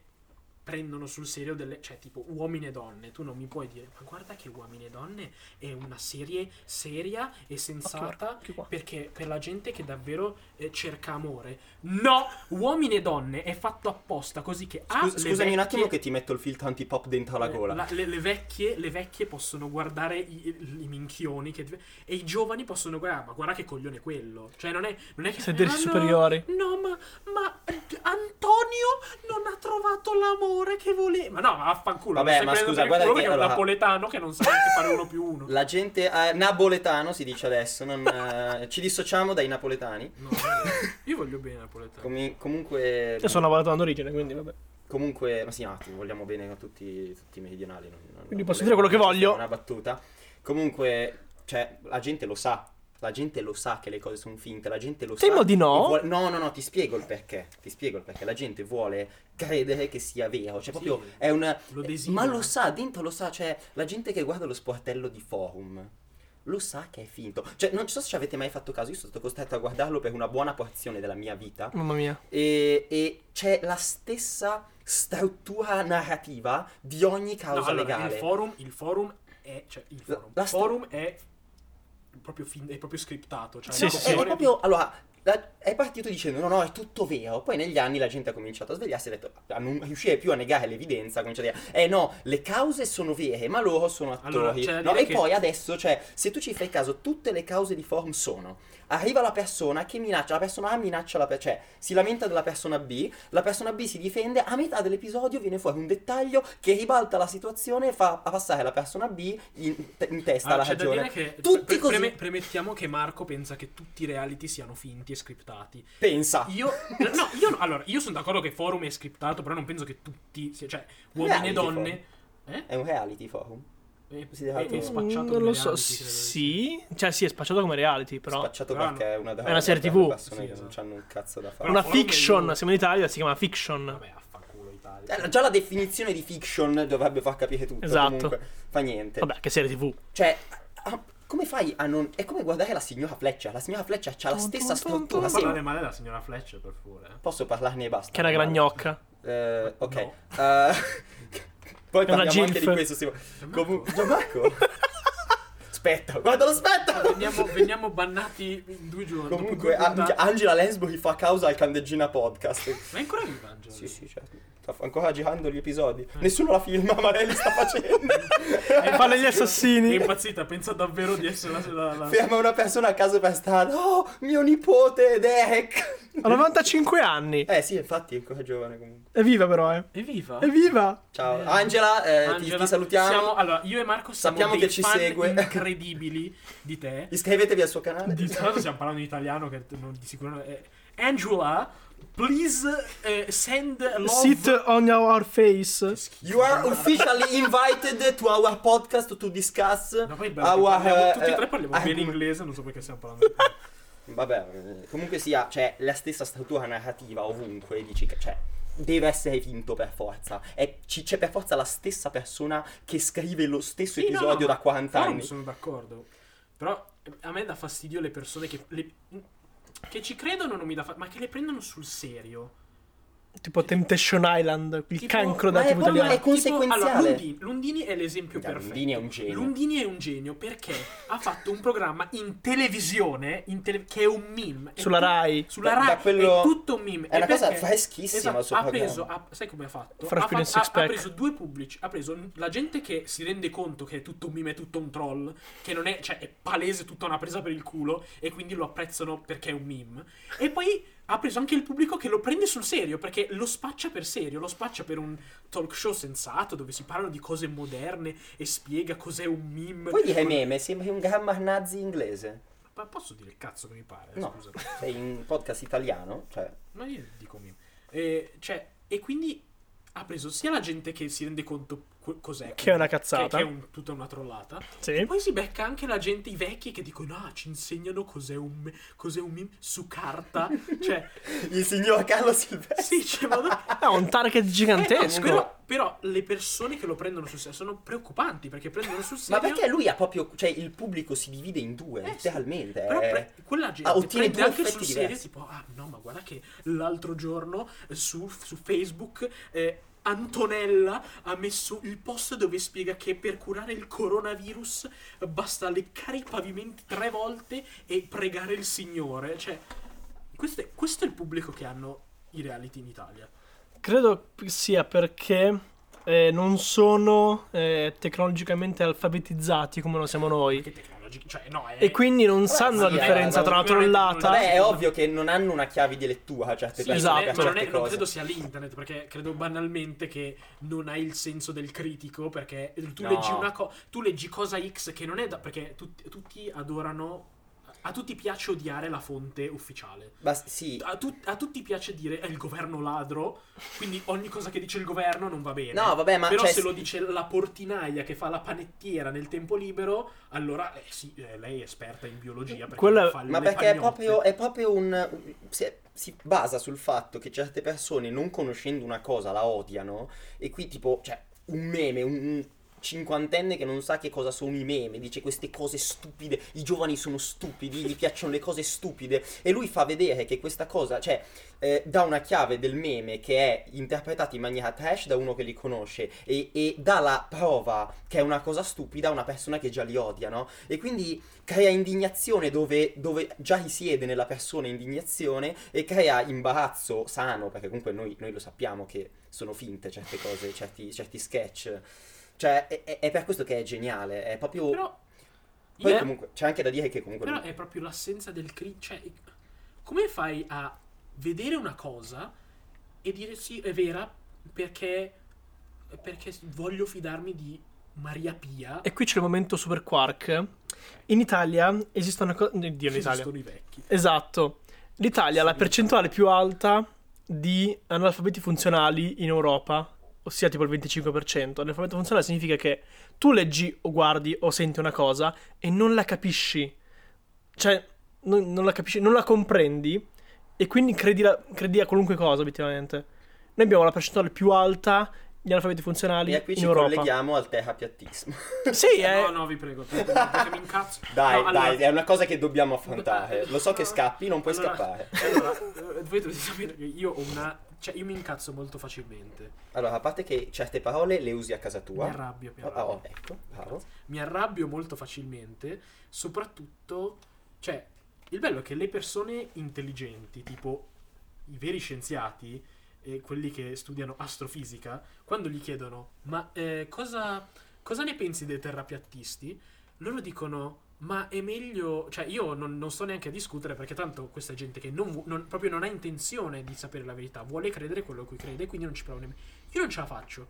Speaker 3: prendono sul serio delle. cioè, tipo, uomini e donne. Tu non mi puoi dire, ma guarda che uomini e donne è una serie seria e sensata.
Speaker 2: Occhio qua.
Speaker 3: Perché per la gente che davvero eh, cerca amore. No! Uomini e donne è fatto apposta così che. ah,
Speaker 1: Scus-
Speaker 3: le
Speaker 1: scusami un attimo
Speaker 3: vecchie-
Speaker 1: che ti metto il filtro antipop dentro la gola.
Speaker 3: Eh, la- le, le vecchie, le vecchie possono guardare i, i minchioni che- e i giovani possono guardare, "Ah, ma guarda che coglione quello. Cioè, non è, non è che
Speaker 2: Sentirsi
Speaker 3: no,
Speaker 2: superiori.
Speaker 3: No, ma, ma Antonio non ha trovato l'amore che voleva. Ma no, ma vaffanculo.
Speaker 1: Vabbè,
Speaker 3: lo stai
Speaker 1: ma
Speaker 3: prendendo
Speaker 1: scusa,
Speaker 3: per il
Speaker 1: guarda che-
Speaker 3: culo perché è un
Speaker 1: allora-
Speaker 3: napoletano che non sa neanche fare uno più uno.
Speaker 1: La gente eh, napoletano si dice adesso, non, eh, ci dissociamo dai napoletani.
Speaker 3: No, vabbè, io voglio bene napoletano.
Speaker 1: Comi- comunque,
Speaker 2: Io sono lavorato in origine, quindi vabbè.
Speaker 1: comunque, ma sì, un attimo, vogliamo bene a tutti, tutti i meridionali. non- non-
Speaker 2: Quindi posso
Speaker 1: non-
Speaker 2: dire quello che
Speaker 1: non-
Speaker 2: voglio?
Speaker 1: Una battuta. Comunque, cioè, la gente lo sa. La gente lo sa che le cose sono finte, la gente lo
Speaker 2: Temo
Speaker 1: sa.
Speaker 2: di no.
Speaker 1: e vuole- no, no, no, ti spiego il perché. Ti spiego il perché. La gente vuole credere che sia vero. Cioè,
Speaker 3: Sì,
Speaker 1: proprio è un.
Speaker 3: lo
Speaker 1: eh,
Speaker 3: desidera.
Speaker 1: ma lo sa, dentro lo sa. Cioè, la gente che guarda lo sportello di forum lo sa che è finto. Cioè, non so se ci avete mai fatto caso. Io sono stato costretto a guardarlo per una buona porzione della mia vita.
Speaker 2: Mamma mia.
Speaker 1: E, e c'è la stessa struttura narrativa di ogni causa
Speaker 3: No, allora,
Speaker 1: legale.
Speaker 3: il forum, il forum è, cioè, il
Speaker 1: La-
Speaker 3: forum,
Speaker 1: la sta-
Speaker 3: forum è proprio, fin- è proprio scriptato. Cioè,
Speaker 2: Sì,
Speaker 3: la
Speaker 1: No,
Speaker 2: sì,
Speaker 1: è-
Speaker 2: sì.
Speaker 1: Eh, è,
Speaker 3: copione-
Speaker 1: proprio allora la- è partito dicendo no no è tutto vero poi negli anni la gente ha cominciato a svegliarsi e ha detto a non riuscire più a negare l'evidenza ha cominciato a dire eh no le cause sono vere ma loro sono
Speaker 3: Allora,
Speaker 1: attori
Speaker 3: c'è da
Speaker 1: no,
Speaker 3: dire
Speaker 1: e
Speaker 3: che-
Speaker 1: poi adesso cioè se tu ci fai caso tutte le cause di forum sono arriva la persona che minaccia la persona A minaccia la pe- cioè si lamenta della persona B la persona B si difende a metà dell'episodio viene fuori un dettaglio che ribalta la situazione e fa passare la persona B in, in testa
Speaker 3: Allora,
Speaker 1: la ragione
Speaker 3: Ah, dire che
Speaker 1: Tutti
Speaker 3: pre-
Speaker 1: così.
Speaker 3: preme- premettiamo che Marco pensa che tutti i reality siano finti e scriptati.
Speaker 1: pensa
Speaker 3: Io no, io no- allora, io sono d'accordo che forum è scriptato, però non penso che tutti, sia-
Speaker 1: Eh,
Speaker 3: cioè uomini
Speaker 1: Reality
Speaker 3: e donne
Speaker 1: è un reality forum
Speaker 3: eh,
Speaker 1: Si deve
Speaker 3: è- è
Speaker 1: attimo-
Speaker 3: spacciato
Speaker 2: non
Speaker 3: come
Speaker 2: lo so.
Speaker 3: reality,
Speaker 2: s-
Speaker 3: credo.
Speaker 2: Sì, cioè sì, è spacciato come reality, però.
Speaker 1: spacciato
Speaker 3: però
Speaker 1: perché è una
Speaker 2: È una serie
Speaker 1: per
Speaker 2: TV.
Speaker 1: persone
Speaker 3: Sì,
Speaker 1: che non
Speaker 3: esatto.
Speaker 1: hanno un cazzo da fare.
Speaker 2: Una
Speaker 3: Forum è
Speaker 2: fiction,
Speaker 3: uno.
Speaker 2: siamo in Italia, si chiama fiction.
Speaker 3: Vabbè, affanculo Italia.
Speaker 1: Eh, Già la definizione di fiction dovrebbe far capire tutto.
Speaker 2: Esatto.
Speaker 1: Comunque, fa niente.
Speaker 2: Vabbè, che serie TV.
Speaker 1: Cioè, a- a- come fai a non. È come guardare la signora Fletcher. La signora Fletcher ha la
Speaker 2: Tum,
Speaker 1: stessa
Speaker 2: tum, tum,
Speaker 1: struttura.
Speaker 2: tum.
Speaker 1: sì.
Speaker 3: parlare male della signora Fletcher, per favore. eh.
Speaker 1: Posso parlarne e basta.
Speaker 2: Che è una gran gnocca.
Speaker 1: Eh, ok.
Speaker 3: No.
Speaker 1: Eh, poi
Speaker 2: È una
Speaker 1: parliamo anche di
Speaker 2: gilf.
Speaker 1: questo. Sì. Comunque, Gianmarco. aspetta, guarda lo aspetta.
Speaker 3: Veniamo, veniamo bannati in due giorni. dopo
Speaker 1: Comunque, ah,
Speaker 3: due
Speaker 1: An-
Speaker 3: puntate.
Speaker 1: Angela Lansbury fa causa al Candeggina Podcast.
Speaker 3: ma è ancora viva Angela?
Speaker 1: Sì, sì, certo. Sta f- ancora girando gli episodi.
Speaker 3: Eh.
Speaker 1: Nessuno la filma, ma lei li sta facendo.
Speaker 2: Parla gli
Speaker 3: È
Speaker 2: assassini.
Speaker 3: impazzita, pensa davvero di essere la, la, la-
Speaker 1: Ferma una persona a caso per strada. Oh, mio nipote, Derek.
Speaker 2: Ha 95 anni.
Speaker 1: Eh sì, infatti è ancora giovane comunque.
Speaker 2: È viva però, eh.
Speaker 3: È viva?
Speaker 2: È viva.
Speaker 1: Ciao.
Speaker 3: Eh.
Speaker 1: Angela, eh, ti-
Speaker 3: Angela,
Speaker 1: ti, salutiamo.
Speaker 3: siamo- allora, io e Marco siamo
Speaker 1: Sappiamo
Speaker 3: dei
Speaker 1: che ci
Speaker 3: fan
Speaker 1: segue.
Speaker 3: incredibili di te.
Speaker 1: Iscrivetevi al suo canale.
Speaker 3: Di tra l'altro stiamo parlando in italiano che non- di sicuro non è- Angela, please eh, send love.
Speaker 2: Sit on our face.
Speaker 1: You are officially invited to our podcast to discuss
Speaker 3: No, poi è bello che
Speaker 1: our...
Speaker 3: parliamo-
Speaker 1: eh,
Speaker 3: tutti e tre
Speaker 1: eh, ecco.
Speaker 3: parliamo bene
Speaker 1: argom-
Speaker 3: inglese, non so perché stiamo parlando.
Speaker 1: Vabbè, eh, comunque sia, cioè, la stessa struttura narrativa ovunque, dici che, cioè, deve essere finto per forza. È- ci- c'è per forza la stessa persona che scrive lo stesso
Speaker 3: Sì, no,
Speaker 1: episodio
Speaker 3: no,
Speaker 1: da 40
Speaker 3: Forum
Speaker 1: anni.
Speaker 3: sono d'accordo. Però eh, a me dà fastidio le persone che le- che ci credono non mi dà fastidio, ma che le prendono sul serio.
Speaker 2: Tipo Temptation Island, il
Speaker 3: Tipo-
Speaker 2: cancro
Speaker 1: ma
Speaker 2: della
Speaker 1: è
Speaker 2: TV
Speaker 1: proprio-
Speaker 2: italiana.
Speaker 1: è conseguenziale.
Speaker 3: allora, Lundini, Lundini è l'esempio
Speaker 1: Dai,
Speaker 3: perfetto.
Speaker 1: Lundini è un genio.
Speaker 3: Lundini è un genio perché ha fatto un programma in televisione in tele- che è un meme. È
Speaker 2: Sulla
Speaker 3: tu-
Speaker 2: Rai.
Speaker 3: Sulla
Speaker 1: Da-
Speaker 3: Rai
Speaker 1: da quello-
Speaker 3: è tutto un meme.
Speaker 1: è una
Speaker 3: E perché-
Speaker 1: cosa freschissima
Speaker 3: esatto,
Speaker 1: il suo
Speaker 3: ha
Speaker 1: programma.
Speaker 3: preso, ha- sai come ha fatto?
Speaker 2: Fresh
Speaker 3: Ha,
Speaker 2: Prince
Speaker 3: fatto- ha-
Speaker 2: Six Pack.
Speaker 3: ha preso due pubblici, ha preso la gente che si rende conto che è tutto un meme, è tutto un troll, che non è, cioè è palese, tutta una presa per il culo e quindi lo apprezzano perché è un meme. E poi ha preso anche il pubblico che lo prende sul serio perché lo spaccia per serio, lo spaccia per un talk show sensato dove si parlano di cose moderne e spiega cos'è un meme.
Speaker 1: Puoi dire meme, sembri un grammar nazi inglese.
Speaker 3: Ma posso dire il cazzo che mi pare?
Speaker 1: No.
Speaker 3: Eh, Scusa.
Speaker 1: Sei in podcast italiano, cioè...
Speaker 3: Ma io dico meme. Eh, cioè, e quindi ha preso sia la gente che si rende conto co- cos'è.
Speaker 2: Che è una
Speaker 3: Che,
Speaker 2: cazzata.
Speaker 3: che è un- tutta una trollata. E
Speaker 1: ecco-
Speaker 2: Sì.
Speaker 3: poi si becca anche la gente, i vecchi, che dicono, ah, ci insegnano cos'è un, me- cos'è un meme su carta. cioè,
Speaker 1: Il signor Carlo Silvestri.
Speaker 3: sì, cioè, vado...
Speaker 2: Ha un target gigantesco.
Speaker 3: però, però le persone che lo prendono sul serio sono preoccupanti, perché prendono sul
Speaker 1: Ma
Speaker 3: serio...
Speaker 1: perché lui ha proprio... Cioè, il pubblico si divide in due,
Speaker 3: Eh, sì.
Speaker 1: letteralmente.
Speaker 3: Però
Speaker 1: eh.
Speaker 3: pre- quella gente
Speaker 1: Ah, ottiene
Speaker 3: prende
Speaker 1: due
Speaker 3: anche
Speaker 1: effetti
Speaker 3: sul serio
Speaker 1: diversi.
Speaker 3: tipo, ah no, ma guarda che l'altro giorno eh, su, su Facebook eh, Antonella ha messo il post dove spiega che per curare il coronavirus eh, basta leccare i pavimenti tre volte e pregare il Signore. Cioè, questo è, questo è il pubblico che hanno i reality in Italia.
Speaker 2: Credo sia perché eh, non sono eh, tecnologicamente alfabetizzati come lo siamo noi.
Speaker 3: Perché tecnologici, cioè no, è...
Speaker 2: E quindi non
Speaker 1: Vabbè,
Speaker 2: sanno la
Speaker 1: sì,
Speaker 2: differenza
Speaker 1: eh,
Speaker 2: tra una
Speaker 3: veramente
Speaker 2: trollata.
Speaker 3: non-
Speaker 1: Vabbè, è ovvio che non hanno una chiave di lettura certe
Speaker 3: Sì,
Speaker 1: persone
Speaker 2: esatto.
Speaker 1: per
Speaker 3: ma non, è-
Speaker 1: certe
Speaker 3: non
Speaker 1: cose.
Speaker 3: credo sia l'internet, perché credo banalmente che non hai il senso del critico, perché tu,
Speaker 1: No.
Speaker 3: leggi, una co- tu leggi cosa X che non è da... perché tut- tutti adorano... A tutti piace odiare la fonte ufficiale.
Speaker 1: Ma s- sì.
Speaker 3: A, tu- a tutti piace dire è il governo ladro, quindi ogni cosa che dice il governo non va bene.
Speaker 1: No, vabbè, ma
Speaker 3: Però
Speaker 1: cioè,
Speaker 3: se lo dice la portinaia che fa la panettiera nel tempo libero, allora eh, sì, eh, lei è esperta in biologia. Perché
Speaker 2: Quella-
Speaker 3: fa
Speaker 1: Ma
Speaker 3: le
Speaker 1: perché è
Speaker 3: pagnotte.
Speaker 1: proprio, è proprio un. un- Si, è- si basa sul fatto che certe persone, non conoscendo una cosa, la odiano. E qui, tipo, cioè, un meme, un. un cinquantenne che non sa che cosa sono i meme, dice queste cose stupide, i giovani sono stupidi, gli piacciono le cose stupide e lui fa vedere che questa cosa, cioè, eh, dà una chiave del meme che è interpretata in maniera trash da uno che li conosce e, e dà la prova che è una cosa stupida a una persona che già li odia, no? E quindi crea indignazione dove, dove già risiede nella persona indignazione e crea imbarazzo sano, perché comunque noi, noi lo sappiamo che sono finte certe cose, certi, certi sketch. Cioè, è, è- è per questo che è geniale, è proprio...
Speaker 3: Però...
Speaker 1: Poi
Speaker 3: io-
Speaker 1: comunque, c'è anche da dire che comunque...
Speaker 3: Però è proprio l'assenza del critico. Cioè, come fai a vedere una cosa e dire sì, è vera, perché, perché voglio fidarmi di Maria Pia?
Speaker 2: E qui c'è il momento super quark. In Italia esiste una cosa. Dio, in
Speaker 3: che
Speaker 2: Italia.
Speaker 3: esistono i vecchi.
Speaker 2: Esatto. L'Italia ha la
Speaker 3: Sì,
Speaker 2: percentuale più alta di analfabeti funzionali in Europa, ossia tipo il 25%. Analfabeto funzionale significa che tu leggi o guardi o senti una cosa e non la capisci. Cioè, non, non la capisci, non la comprendi e quindi credi, la- credi a qualunque cosa, obiettivamente. Noi abbiamo la percentuale più alta di analfabeti funzionali
Speaker 1: E qui
Speaker 2: in
Speaker 1: ci
Speaker 2: Europa.
Speaker 1: colleghiamo al terapiattismo.
Speaker 2: Sì, eh. è...
Speaker 3: Eh, No, no, vi prego, perché mi incazzo.
Speaker 1: Dai,
Speaker 3: No, allora-
Speaker 1: dai, è una cosa che dobbiamo affrontare. Lo so che scappi, non puoi
Speaker 3: Allora-
Speaker 1: scappare.
Speaker 3: Allora, eh, voi dovete sapere che io ho una... Cioè, io mi incazzo molto facilmente.
Speaker 1: Allora, a parte che certe parole le usi a casa
Speaker 3: Mi
Speaker 1: tua.
Speaker 3: arrabbio, mi
Speaker 1: Oh,
Speaker 3: arrabbio.
Speaker 1: oh, ecco, bravo.
Speaker 3: mi arrabbio molto facilmente, soprattutto, cioè, il bello è che le persone intelligenti, tipo i veri scienziati, eh, quelli che studiano astrofisica, quando gli chiedono, ma eh, cosa, cosa ne pensi dei terrapiattisti? Loro dicono, ma è meglio, cioè io non, non sto neanche a discutere perché tanto questa è gente che non, vu- non- proprio non ha intenzione di sapere la verità, vuole credere quello a cui crede, quindi non ci prova nemmeno. Io non ce la faccio.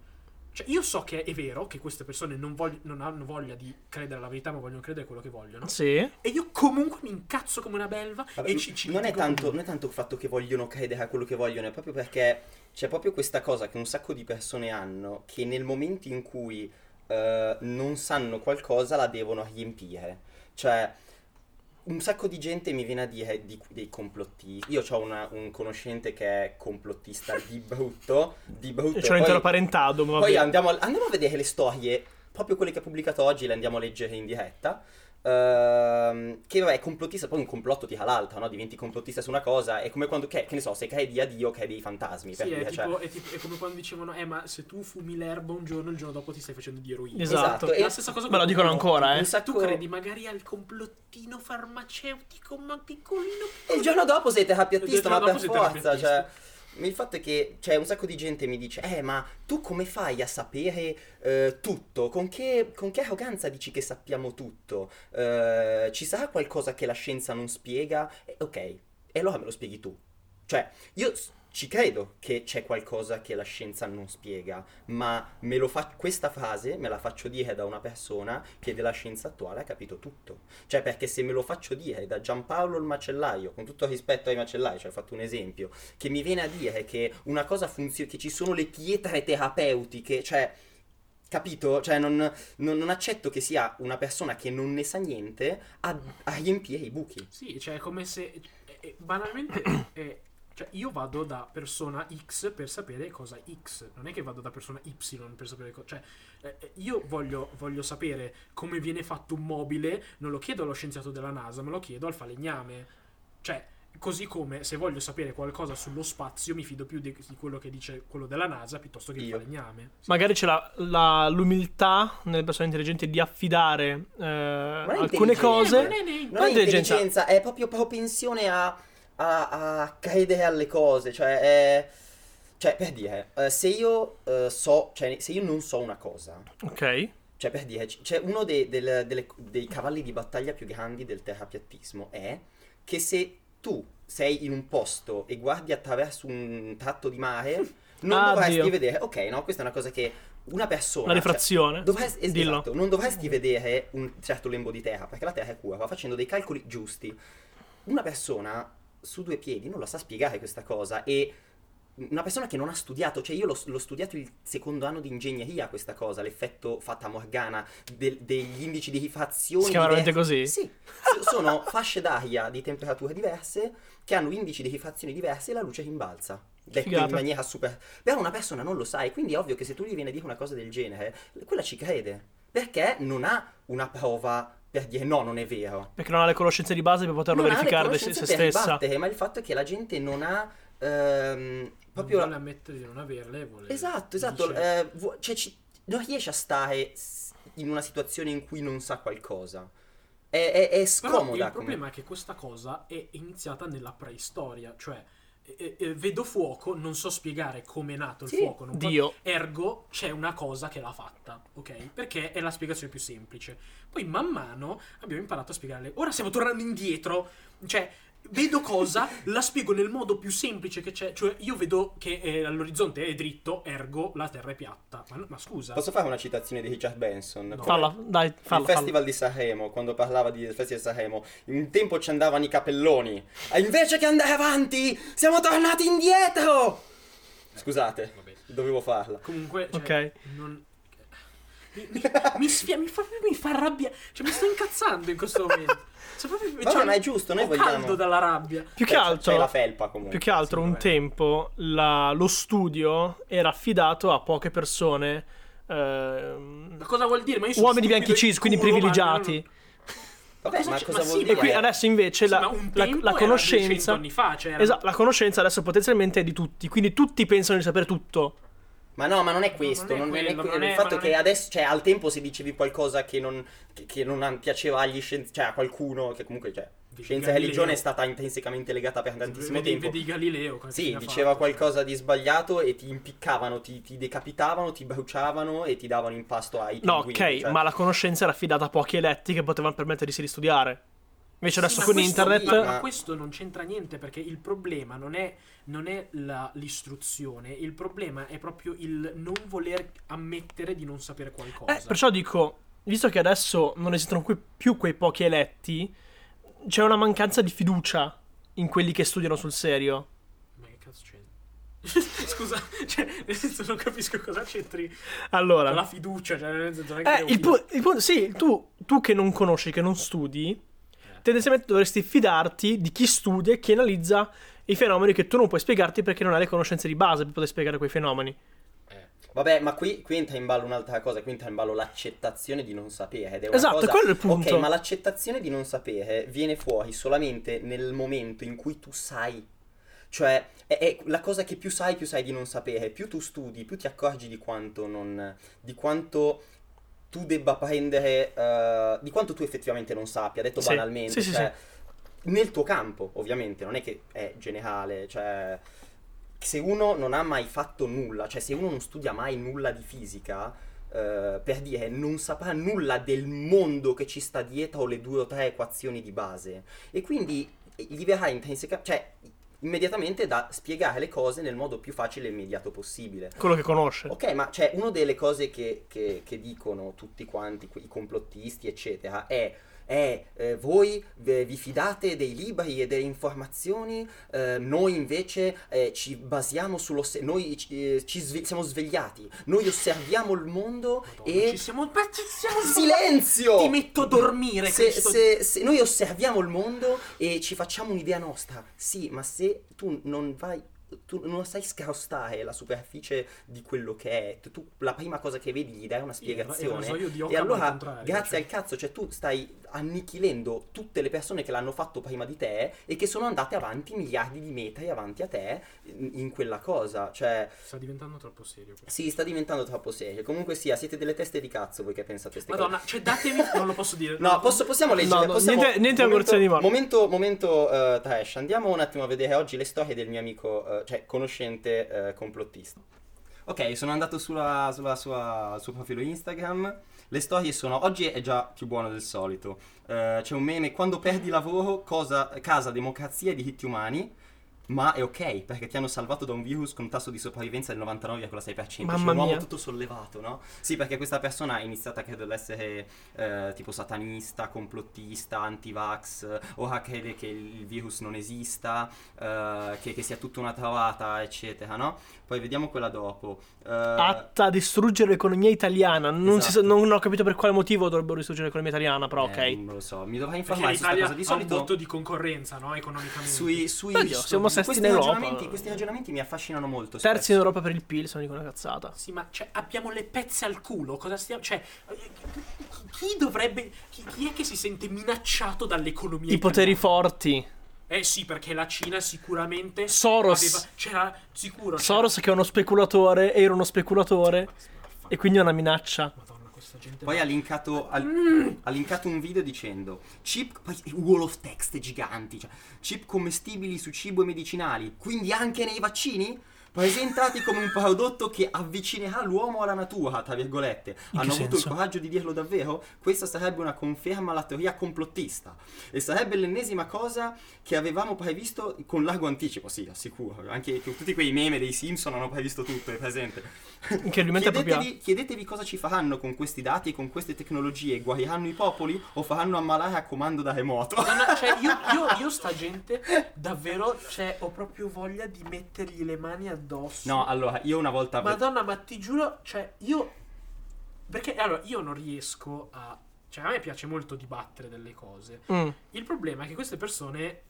Speaker 3: Cioè, io so che è vero che queste persone non, vogl- non hanno voglia di credere alla verità, ma vogliono credere quello che vogliono.
Speaker 2: Sì.
Speaker 3: E io comunque mi incazzo come una belva
Speaker 1: Vabbè,
Speaker 3: e ci, ci
Speaker 1: non, è
Speaker 3: litigo
Speaker 1: tanto,
Speaker 3: con-
Speaker 1: non è tanto il fatto che vogliono credere a quello che vogliono, è proprio perché c'è proprio questa cosa che un sacco di persone hanno, che nel momento in cui eh, non sanno qualcosa la devono riempire. Cioè, un sacco di gente mi viene a dire di- dei complotti. Io ho un conoscente che è complottista di brutto, di brutto.
Speaker 2: C'è un
Speaker 1: poi-
Speaker 2: intero parentado, ma va
Speaker 1: Poi
Speaker 2: bene.
Speaker 1: andiamo, a- andiamo a vedere le storie, proprio quelle che ha pubblicato oggi, le andiamo a leggere in diretta. Ehm, che vabbè, è complottista, poi un complotto tira l'altra, no? Diventi complottista su una cosa, è come quando, che, che ne so, se credi a Dio, credi ai fantasmi. per
Speaker 3: Sì, è,
Speaker 1: dire, cioè-
Speaker 3: tipo, è tipo- è come quando dicevano, eh, ma se tu fumi l'erba un giorno, il giorno dopo ti stai facendo di eroina.
Speaker 2: Esatto.
Speaker 3: È la
Speaker 1: e-
Speaker 3: stessa cosa
Speaker 2: Me lo
Speaker 3: con-
Speaker 2: dicono ancora, eh.
Speaker 1: un sacco-
Speaker 3: Tu credi magari al complottino farmaceutico, ma piccolino.
Speaker 1: E il giorno dopo sei terapiattista,
Speaker 3: E il giorno
Speaker 1: ma per
Speaker 3: dopo sei
Speaker 1: forza, cioè...
Speaker 3: terapeutista.
Speaker 1: Il fatto è che cioè, un sacco di gente mi dice, eh ma tu come fai a sapere eh, tutto? Con che, con che arroganza dici che sappiamo tutto? Eh, ci sarà qualcosa che la scienza non spiega? Eh, ok, e allora me lo spieghi tu. Cioè, io s- ci credo che c'è qualcosa che la scienza non spiega, ma me lo fa- questa frase me la faccio dire da una persona che della scienza attuale ha capito tutto. Cioè, perché se me lo faccio dire da Giampaolo il macellaio, con tutto il rispetto ai macellai, cioè ho fatto un esempio, che mi viene a dire che una cosa funziona, che ci sono le pietre terapeutiche, cioè... Capito? Cioè, non, non- non accetto che sia una persona che non ne sa niente a, a riempire i buchi.
Speaker 3: Sì, cioè è come se eh, eh, banalmente eh, cioè io vado da persona X per sapere cosa X, non è che vado da persona Y per sapere cosa, cioè eh, eh, io voglio, voglio sapere come viene fatto un mobile, non lo chiedo allo scienziato della NASA, me lo chiedo al falegname. Cioè, così come se voglio sapere qualcosa sullo spazio, mi fido più di, di quello che dice quello della NASA piuttosto che il
Speaker 1: Io.
Speaker 3: falegname. Sì.
Speaker 2: Magari c'è la- la- l'umiltà nelle persone intelligenti di affidare eh, alcune
Speaker 1: intelligenza.
Speaker 2: cose.
Speaker 1: Non
Speaker 3: Eh, né, né,
Speaker 2: Ma
Speaker 1: Non è
Speaker 2: intelligenza.
Speaker 1: intelligenza, è proprio propensione a, a- a credere alle cose. Cioè, è- cioè, per dire, eh, se io eh, so, cioè, se io non so una cosa,
Speaker 2: Ok.
Speaker 1: cioè per dire, c- c'è uno dei, del- delle- dei cavalli di battaglia più grandi del terrapiattismo è che se tu sei in un posto e guardi attraverso un tratto di mare, non
Speaker 2: Ah,
Speaker 1: dovresti
Speaker 2: Dio.
Speaker 1: vedere, ok, no, questa è una cosa che una persona...
Speaker 2: La
Speaker 1: cioè,
Speaker 2: rifrazione.
Speaker 1: Dovresti, es-
Speaker 2: Dillo.
Speaker 1: esatto, non dovresti vedere un certo lembo di terra, perché la terra è curva, facendo dei calcoli giusti. Una persona su due piedi non la sa spiegare questa cosa e una persona che non ha studiato, cioè io l'ho, l'ho studiato il secondo anno di ingegneria questa cosa, l'effetto fatta morgana del- degli indici di rifrazione.
Speaker 2: Si chiama veramente
Speaker 1: diversi-
Speaker 2: così?
Speaker 1: Sì, So- sono fasce d'aria di temperature diverse che hanno indici di rifrazione diversi e la luce rimbalza. Detto in
Speaker 2: Figata.
Speaker 1: maniera super però una persona non lo sa e quindi è ovvio che se tu gli viene a dire una cosa del genere, quella ci crede, perché non ha una prova per dire no, non è vero.
Speaker 2: Perché non ha le conoscenze di base per poterlo
Speaker 1: non ha le
Speaker 2: verificare se,
Speaker 1: conoscenze
Speaker 2: se
Speaker 1: per
Speaker 2: stessa.
Speaker 1: ribattere, ma il fatto è che la gente non ha ehm, proprio...
Speaker 3: non vuole ammettere di non averle, vuole
Speaker 1: Esatto, esatto,
Speaker 3: dice-
Speaker 1: eh, vu- cioè, ci- non riesce a stare s- in una situazione in cui non sa qualcosa. È, è- è
Speaker 3: Però
Speaker 1: scomoda.
Speaker 3: il
Speaker 1: come-
Speaker 3: problema è che questa cosa è iniziata nella preistoria, cioè eh, eh, vedo fuoco, non so spiegare come è nato il
Speaker 1: Sì,
Speaker 3: fuoco, non po-
Speaker 2: Dio.
Speaker 3: ergo c'è una cosa che l'ha fatta, ok? Perché è la spiegazione più semplice. Poi man mano abbiamo imparato a spiegare, ora stiamo tornando indietro, cioè vedo cosa, la spiego nel modo più semplice che c'è, cioè io vedo che eh, l'orizzonte è dritto, ergo la terra è piatta, ma, ma scusa,
Speaker 1: Posso fare una citazione di Richard Benson?
Speaker 3: No.
Speaker 2: Falla, dai, falla.
Speaker 1: il festival di Sanremo, quando parlava di del festival di Sanremo, un tempo ci andavano i capelloni, e invece che andare avanti, siamo tornati indietro! Scusate,
Speaker 3: va bene.
Speaker 1: dovevo farla.
Speaker 3: Comunque, cioè,
Speaker 2: Ok.
Speaker 3: non... mi, mi, mi sfia- mi fa, mi fa arrabbiare. Cioè, mi sto incazzando in questo momento. Cioè, proprio,
Speaker 1: Ma
Speaker 3: cioè,
Speaker 1: no, ma è giusto, noi
Speaker 3: ho
Speaker 1: vogliamo-
Speaker 3: caldo dalla rabbia.
Speaker 2: Più che
Speaker 1: Cioè,
Speaker 2: altro...
Speaker 1: C'è la felpa comunque.
Speaker 2: Più che altro
Speaker 3: Sì,
Speaker 2: un
Speaker 3: vabbè.
Speaker 2: tempo la- lo studio era affidato a poche persone, ehm,
Speaker 3: Ma cosa vuol dire? Ma io sono
Speaker 2: uomini
Speaker 3: stupido
Speaker 2: bianchi
Speaker 3: di
Speaker 2: cis, quindi
Speaker 3: culo, ma
Speaker 2: privilegiati.
Speaker 3: non-
Speaker 1: Vabbè,
Speaker 3: cosa
Speaker 1: ma
Speaker 3: c'è-
Speaker 1: cosa
Speaker 3: ma
Speaker 1: vuol
Speaker 3: sì,
Speaker 1: dire?
Speaker 2: E qui adesso invece
Speaker 3: Sì,
Speaker 2: la,
Speaker 3: ma un
Speaker 2: la-
Speaker 3: tempo
Speaker 2: la
Speaker 3: era 200
Speaker 2: conoscenza...
Speaker 3: anni fa, cioè, era-
Speaker 2: Esatto, la conoscenza adesso potenzialmente è di tutti, quindi tutti pensano di sapere tutto.
Speaker 1: Ma no, ma non è questo,
Speaker 3: Non è
Speaker 1: non è,
Speaker 3: quello,
Speaker 1: quello,
Speaker 3: non è-
Speaker 1: il fatto
Speaker 3: ma non
Speaker 1: che
Speaker 3: è-
Speaker 1: adesso, cioè al tempo se dicevi qualcosa che non, che, che non piaceva agli scienziati, cioè a qualcuno, che comunque, cioè,
Speaker 3: Vedi
Speaker 1: scienza e
Speaker 3: Galileo.
Speaker 1: religione è stata intrinsecamente legata per tantissimo
Speaker 3: vedi,
Speaker 1: tempo.
Speaker 3: Vedi Galileo. cosa
Speaker 1: Sì,
Speaker 3: fine ha
Speaker 1: diceva
Speaker 3: fatto, cioè.
Speaker 1: qualcosa di sbagliato e ti impiccavano, ti, ti decapitavano, ti bruciavano e ti davano in pasto ai
Speaker 2: No, ok,
Speaker 1: pinguini, cioè.
Speaker 2: ma la conoscenza era affidata a pochi eletti che potevano permettersi di studiare. Invece
Speaker 3: Sì,
Speaker 2: adesso
Speaker 3: ma
Speaker 2: con
Speaker 3: questo-
Speaker 2: internet...
Speaker 3: Ma,
Speaker 1: Ma-
Speaker 3: ma questo non c'entra niente perché il problema non è, non è la- l'istruzione, il problema è proprio il non voler ammettere di non sapere qualcosa.
Speaker 2: Eh, perciò dico, visto che adesso non esistono que- più quei pochi eletti, c'è una mancanza di fiducia in quelli che studiano sul serio.
Speaker 3: Ma che cazzo c'entra? Scusa, cioè, nel senso non capisco cosa c'entri
Speaker 2: Allora,
Speaker 3: la fiducia, cioè, nel senso non è che
Speaker 2: eh,
Speaker 3: devo
Speaker 2: il,
Speaker 3: fidare-
Speaker 2: pu- il punto, sì, tu, tu che non conosci, che non studi, tendenzialmente dovresti fidarti di chi studia e chi analizza i fenomeni che tu non puoi spiegarti perché non hai le conoscenze di base per poter spiegare quei fenomeni.
Speaker 1: Vabbè, ma qui, qui entra in ballo un'altra cosa, qui entra in ballo l'accettazione di non sapere. Ed è una
Speaker 2: Esatto,
Speaker 1: cosa-
Speaker 2: quello è il punto.
Speaker 1: Ok, ma l'accettazione di non sapere viene fuori solamente nel momento in cui tu sai. Cioè, è, è la cosa che più sai, più sai di non sapere. Più tu studi, più ti accorgi di quanto non... di quanto tu debba prendere... eh, di quanto tu effettivamente non sappia, detto
Speaker 2: Sì,
Speaker 1: banalmente.
Speaker 2: sì, sì,
Speaker 1: cioè, Nel tuo campo, ovviamente, non è che è generale, cioè se uno non ha mai fatto nulla, cioè se uno non studia mai nulla di fisica, eh, per dire non saprà nulla del mondo che ci eh, sta dietro le due o tre equazioni di base. E quindi gli verrà intrinsecamente, cioè immediatamente da spiegare le cose nel modo più facile e immediato possibile.
Speaker 2: Quello che conosce.
Speaker 1: Ok, ma c'è una delle cose che, che- che dicono tutti quanti, que- i complottisti, eccetera, è. è, eh, voi eh, vi fidate dei libri e delle informazioni, eh, noi invece eh, ci basiamo sullo. noi ci- eh, ci sve- siamo svegliati, noi osserviamo il mondo
Speaker 3: Madonna,
Speaker 1: e.
Speaker 3: ci siamo, ma ci siamo
Speaker 1: Silenzio!
Speaker 3: Ti metto a dormire.
Speaker 1: oh, Se,
Speaker 3: questo-
Speaker 1: se- se noi osserviamo il mondo e ci facciamo un'idea nostra, sì, ma se tu non vai, tu non sai scrostare la superficie di quello che è, tu la prima cosa che vedi gli dai una
Speaker 3: Sì, era- era
Speaker 1: spiegazione.
Speaker 3: rasoio di
Speaker 1: e
Speaker 3: Occam al
Speaker 1: allora,
Speaker 3: contrario,
Speaker 1: grazie
Speaker 3: cioè.
Speaker 1: al cazzo, cioè tu stai annichilendo tutte le persone che l'hanno fatto prima di te e che sono andate avanti miliardi di metri avanti a te in, in quella cosa. Cioè,
Speaker 3: Sta diventando troppo serio. questo.
Speaker 1: sì, sta diventando troppo serio. Comunque sia, siete delle teste di cazzo voi che pensate queste cose.
Speaker 3: Madonna, cioè datemi. Non lo posso dire.
Speaker 1: No, posso- possiamo leggere.
Speaker 2: No, no,
Speaker 1: possiamo-
Speaker 2: niente- niente
Speaker 1: momento,
Speaker 2: angorzioni di morte.
Speaker 1: Momento, momento eh, trash. Andiamo un attimo a vedere oggi le storie del mio amico, eh, cioè conoscente eh, complottista. Ok, sono andato sulla, sulla sua, sul profilo Instagram. Le storie sono. Oggi è già più buono del solito. Eh, c'è un meme: quando perdi lavoro, cosa- casa, democrazia e diritti umani. Ma è ok, perché ti hanno salvato da un virus con un tasso di sopravvivenza del 99,6%. C'è
Speaker 2: Mamma
Speaker 1: un uomo
Speaker 2: mia.
Speaker 1: Cioè, tutto sollevato, no? Sì, perché questa persona ha iniziato a credere di essere eh, tipo satanista, complottista, anti-vax, ora crede che il virus non esista, eh, che, che sia tutta una trovata, eccetera, no? Poi vediamo quella dopo. Eh,
Speaker 2: Atta a distruggere l'economia italiana. Non, si sa-
Speaker 1: Esatto.
Speaker 2: non ho capito per quale motivo dovrebbero distruggere l'economia italiana, però ok.
Speaker 1: eh, non lo so, mi dovrei
Speaker 3: Perché
Speaker 1: informare su questa
Speaker 3: l'Italia
Speaker 1: cosa. Di
Speaker 3: ha un
Speaker 1: solito
Speaker 3: botto di concorrenza, no? Economicamente.
Speaker 1: sui, sui
Speaker 2: Oddio,
Speaker 1: su-
Speaker 2: siamo sesti
Speaker 1: questi
Speaker 2: in Europa.
Speaker 1: ragionamenti, questi ragionamenti mi affascinano molto.
Speaker 2: Terzi
Speaker 1: spesso.
Speaker 2: in Europa per il PIL, sono dico una cazzata.
Speaker 3: Sì, ma cioè, abbiamo le pezze al culo. Cosa stiamo. Cioè, eh, chi dovrebbe. Chi, chi è che si sente minacciato dall'economia?
Speaker 2: I poteri
Speaker 3: italiana?
Speaker 2: forti.
Speaker 3: Eh sì, perché la Cina sicuramente.
Speaker 2: Soros.
Speaker 3: aveva- c'era sicuro. c'era-
Speaker 2: Soros che è uno speculatore, era uno speculatore
Speaker 3: Madonna,
Speaker 2: e quindi è una minaccia.
Speaker 3: Madonna, questa gente.
Speaker 1: Poi ha linkato, ha-
Speaker 2: mm.
Speaker 1: ha linkato un video dicendo chip, poi wall of text giganti, cioè, chip commestibili su cibo e medicinali, quindi anche nei vaccini? Presentati come un prodotto che avvicinerà l'uomo alla natura, tra virgolette.
Speaker 2: In che
Speaker 1: Hanno avuto il
Speaker 2: senso?
Speaker 1: coraggio di dirlo davvero? Questa sarebbe una conferma alla teoria complottista. E sarebbe l'ennesima cosa che avevamo previsto con largo anticipo, sì, assicuro. Anche tu- tutti quei meme dei Simpson hanno previsto tutto, è presente.
Speaker 2: Incredibilmente proprio.
Speaker 1: Chiedetevi, chiedetevi cosa ci faranno con questi dati e con queste tecnologie. Guariranno i popoli o faranno ammalare a comando da remoto?
Speaker 3: Madonna, cioè, io, io, io sta gente, davvero, cioè, ho proprio voglia di mettergli le mani addosso.
Speaker 1: No, allora, io una volta...
Speaker 3: Madonna, ma ti giuro, cioè, io. Perché allora io non riesco a. Cioè, a me piace molto dibattere delle cose.
Speaker 2: Mm,
Speaker 3: Il problema è che queste persone.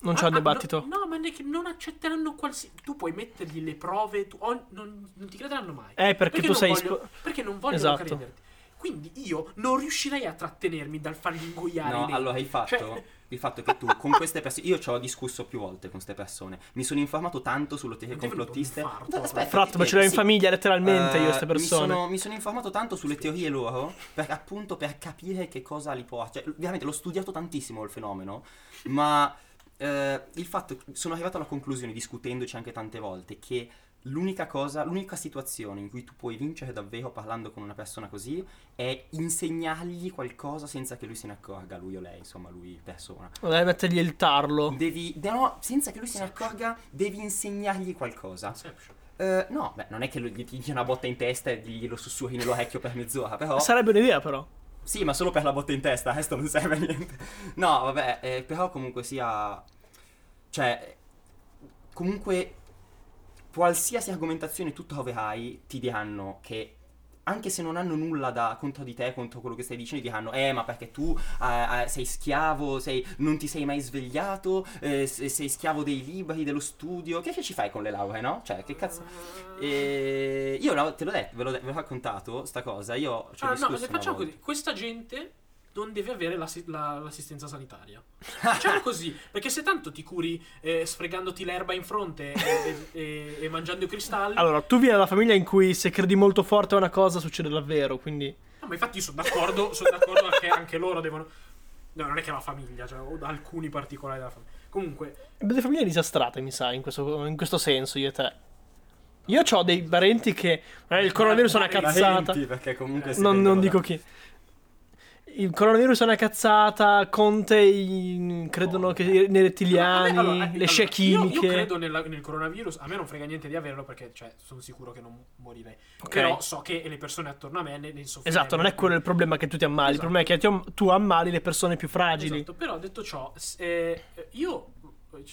Speaker 2: non c'è
Speaker 3: Ah,
Speaker 2: un
Speaker 3: ah,
Speaker 2: dibattito.
Speaker 3: No, no, ma ne- che non accetteranno qualsiasi. Tu puoi mettergli le prove, tu- oh, non, non ti crederanno mai.
Speaker 2: Eh, perché, tu
Speaker 3: non
Speaker 2: sei.
Speaker 3: voglio-
Speaker 2: spo-
Speaker 3: perché non vogliono
Speaker 2: Esatto.
Speaker 3: crederti. Quindi io non riuscirei a trattenermi dal fargli ingoiare. i
Speaker 1: No,
Speaker 3: denti.
Speaker 1: allora il fatto,
Speaker 3: Cioè-
Speaker 1: il fatto è che tu con queste persone, io ci ho discusso più volte con queste persone, mi sono informato tanto sulle teorie
Speaker 3: Ti è venuto un
Speaker 1: complottiste.
Speaker 3: infarto,
Speaker 1: No, aspetta,
Speaker 2: Fratto,
Speaker 1: ti
Speaker 2: ma ce l'ho
Speaker 1: spiego,
Speaker 2: in
Speaker 1: sì.
Speaker 2: famiglia, letteralmente, io
Speaker 1: Eh,
Speaker 2: queste persone.
Speaker 1: Mi sono, mi sono informato tanto sulle teorie loro, per, appunto per capire che cosa li porta. Cioè, veramente l'ho studiato tantissimo il fenomeno, ma eh, il fatto che sono arrivato alla conclusione, discutendoci anche tante volte, che l'unica cosa, l'unica situazione in cui tu puoi vincere davvero parlando con una persona così è insegnargli qualcosa senza che lui se ne accorga, lui o lei, insomma, lui persona.
Speaker 2: Non devi mettergli il tarlo.
Speaker 1: Devi, no, senza che lui se ne accorga, devi insegnargli qualcosa.
Speaker 3: Inception.
Speaker 1: Eh, no, beh, non è che lo- gli gli dia una botta in testa e gli- glielo sussurri nell'orecchio per mezz'ora, però...
Speaker 2: Sarebbe un'idea, però.
Speaker 1: Sì, ma solo per la botta in testa, questo non serve a niente. No, vabbè, eh, però comunque sia... Cioè, comunque, qualsiasi argomentazione tu troverai, ti diranno che... Anche se non hanno nulla da contro di te, contro quello che stai dicendo, ti diranno: Eh, ma perché tu eh, eh, sei schiavo, sei- non ti sei mai svegliato, eh, se- sei schiavo dei libri, dello studio. Che, che ci fai con le lauree, no? Cioè, che cazzo.
Speaker 3: Mm.
Speaker 1: E io la- te l'ho detto, ve l'ho, de- ve l'ho raccontato sta cosa. Io ci ho
Speaker 3: Ah, no,
Speaker 1: discusso
Speaker 3: perché
Speaker 1: una
Speaker 3: facciamo
Speaker 1: volta.
Speaker 3: così: questa gente non deve avere l'assi- la- l'assistenza sanitaria. Facciamo così, perché se tanto ti curi eh, sfregandoti l'erba in fronte e, e- e mangiando i cristalli.
Speaker 2: Allora, tu vieni dalla famiglia in cui se credi molto forte a una cosa succede davvero, quindi.
Speaker 3: No, Ah, ma infatti io sono d'accordo, sono d'accordo che anche loro devono. No, non è che la famiglia, cioè, o da alcuni particolari della famiglia. Comunque,
Speaker 2: Delle famiglie disastrate, mi sa, in questo, in questo senso, io e te. Io ho dei parenti che. Eh, il coronavirus è una
Speaker 3: Parenti,
Speaker 2: cazzata.
Speaker 1: Parenti, perché comunque si
Speaker 2: Non,
Speaker 1: vengono
Speaker 2: non
Speaker 1: da-
Speaker 2: dico chi. il coronavirus è una cazzata, Conte i- credono che nei rettiliani,
Speaker 3: Allora, allora,
Speaker 2: le scie
Speaker 3: allora, io-
Speaker 2: chimiche.
Speaker 3: Io, credo nella- nel coronavirus, a me non frega niente di averlo perché cioè, sono sicuro che non morirei.
Speaker 2: Ok.
Speaker 3: Però so che le persone attorno a me ne, ne soffriranno.
Speaker 2: Esatto, non è quello il problema che tu ti ammali, il
Speaker 3: Esatto.
Speaker 2: problema è che ti am- tu ammali le persone più fragili.
Speaker 3: Esatto, però detto ciò, s- eh, io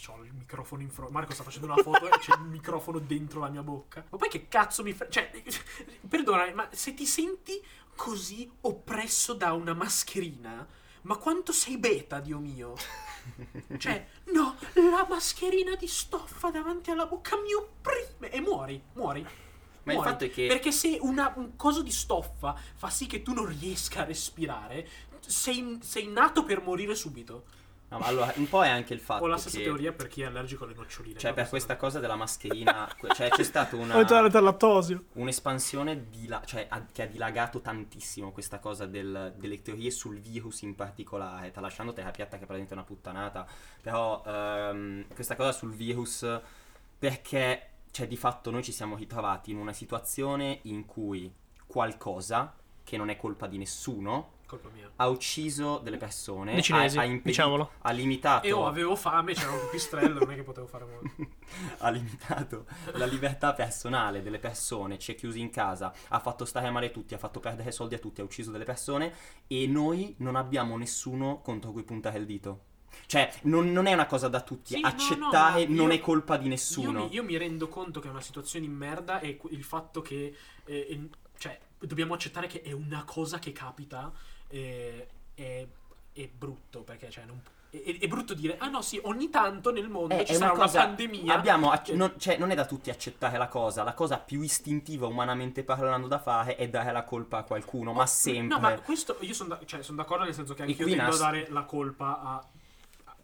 Speaker 3: ho il microfono in fronte. Marco sta facendo una foto e c'è il microfono dentro la mia bocca. Ma poi che cazzo mi frega? Cioè, perdonami, ma se ti senti così oppresso da una mascherina, ma quanto sei beta, Dio mio? Cioè, no, la mascherina di stoffa davanti alla bocca mi opprime e muori, muori.
Speaker 1: Ma il
Speaker 3: muori.
Speaker 1: fatto è che-
Speaker 3: Perché se una- un coso di stoffa fa sì che tu non riesca a respirare, sei, sei nato per morire subito.
Speaker 1: No, ma allora, un po' è anche il fatto
Speaker 3: Ho la stessa
Speaker 1: che...
Speaker 3: teoria per chi è allergico alle noccioline.
Speaker 1: Cioè,
Speaker 3: no?
Speaker 1: per questa cosa della mascherina, que- cioè, c'è stata una...
Speaker 2: Ho intolerante al lattosio.
Speaker 1: un'espansione di la- cioè, ha- che ha dilagato tantissimo questa cosa del- delle teorie sul virus in particolare, tralasciando terra piatta che è praticamente una puttanata, però ehm, questa cosa sul virus perché cioè, di fatto noi ci siamo ritrovati in una situazione in cui qualcosa che non è colpa di nessuno
Speaker 3: Colpa mia.
Speaker 1: ha ucciso delle persone,
Speaker 2: Dei cinesi,
Speaker 1: ha, ha impedito-
Speaker 2: diciamolo.
Speaker 1: ha limitato
Speaker 3: E io avevo fame, c'era un pipistrello, non è che potevo fare molto.
Speaker 1: ha limitato la libertà personale delle persone, ci è chiusi in casa, ha fatto stare male tutti, ha fatto perdere soldi a tutti, ha ucciso delle persone e noi non abbiamo nessuno contro cui puntare il dito. Cioè, non, non è una cosa da tutti,
Speaker 3: Sì, no, no,
Speaker 1: accettare
Speaker 3: ma
Speaker 1: non
Speaker 3: io-
Speaker 1: è colpa di
Speaker 3: Io
Speaker 1: nessuno.
Speaker 3: mi, io mi rendo conto che è una situazione in merda e qu- il fatto che... eh, in- cioè, dobbiamo accettare che è una cosa che capita eh, è, è brutto, perché cioè, non- è, è brutto dire, ah no sì, ogni tanto nel mondo
Speaker 1: Eh,
Speaker 3: ci sarà una, pandemia.
Speaker 1: abbiamo ac-
Speaker 3: che-
Speaker 1: non, cioè, non è da tutti accettare la cosa. La cosa più istintiva, umanamente parlando, da fare è dare la colpa a qualcuno, ma sempre.
Speaker 3: No, ma questo io sono d'accordo nel senso che anche io
Speaker 1: qui
Speaker 3: devo
Speaker 1: nas-
Speaker 3: dare la colpa a,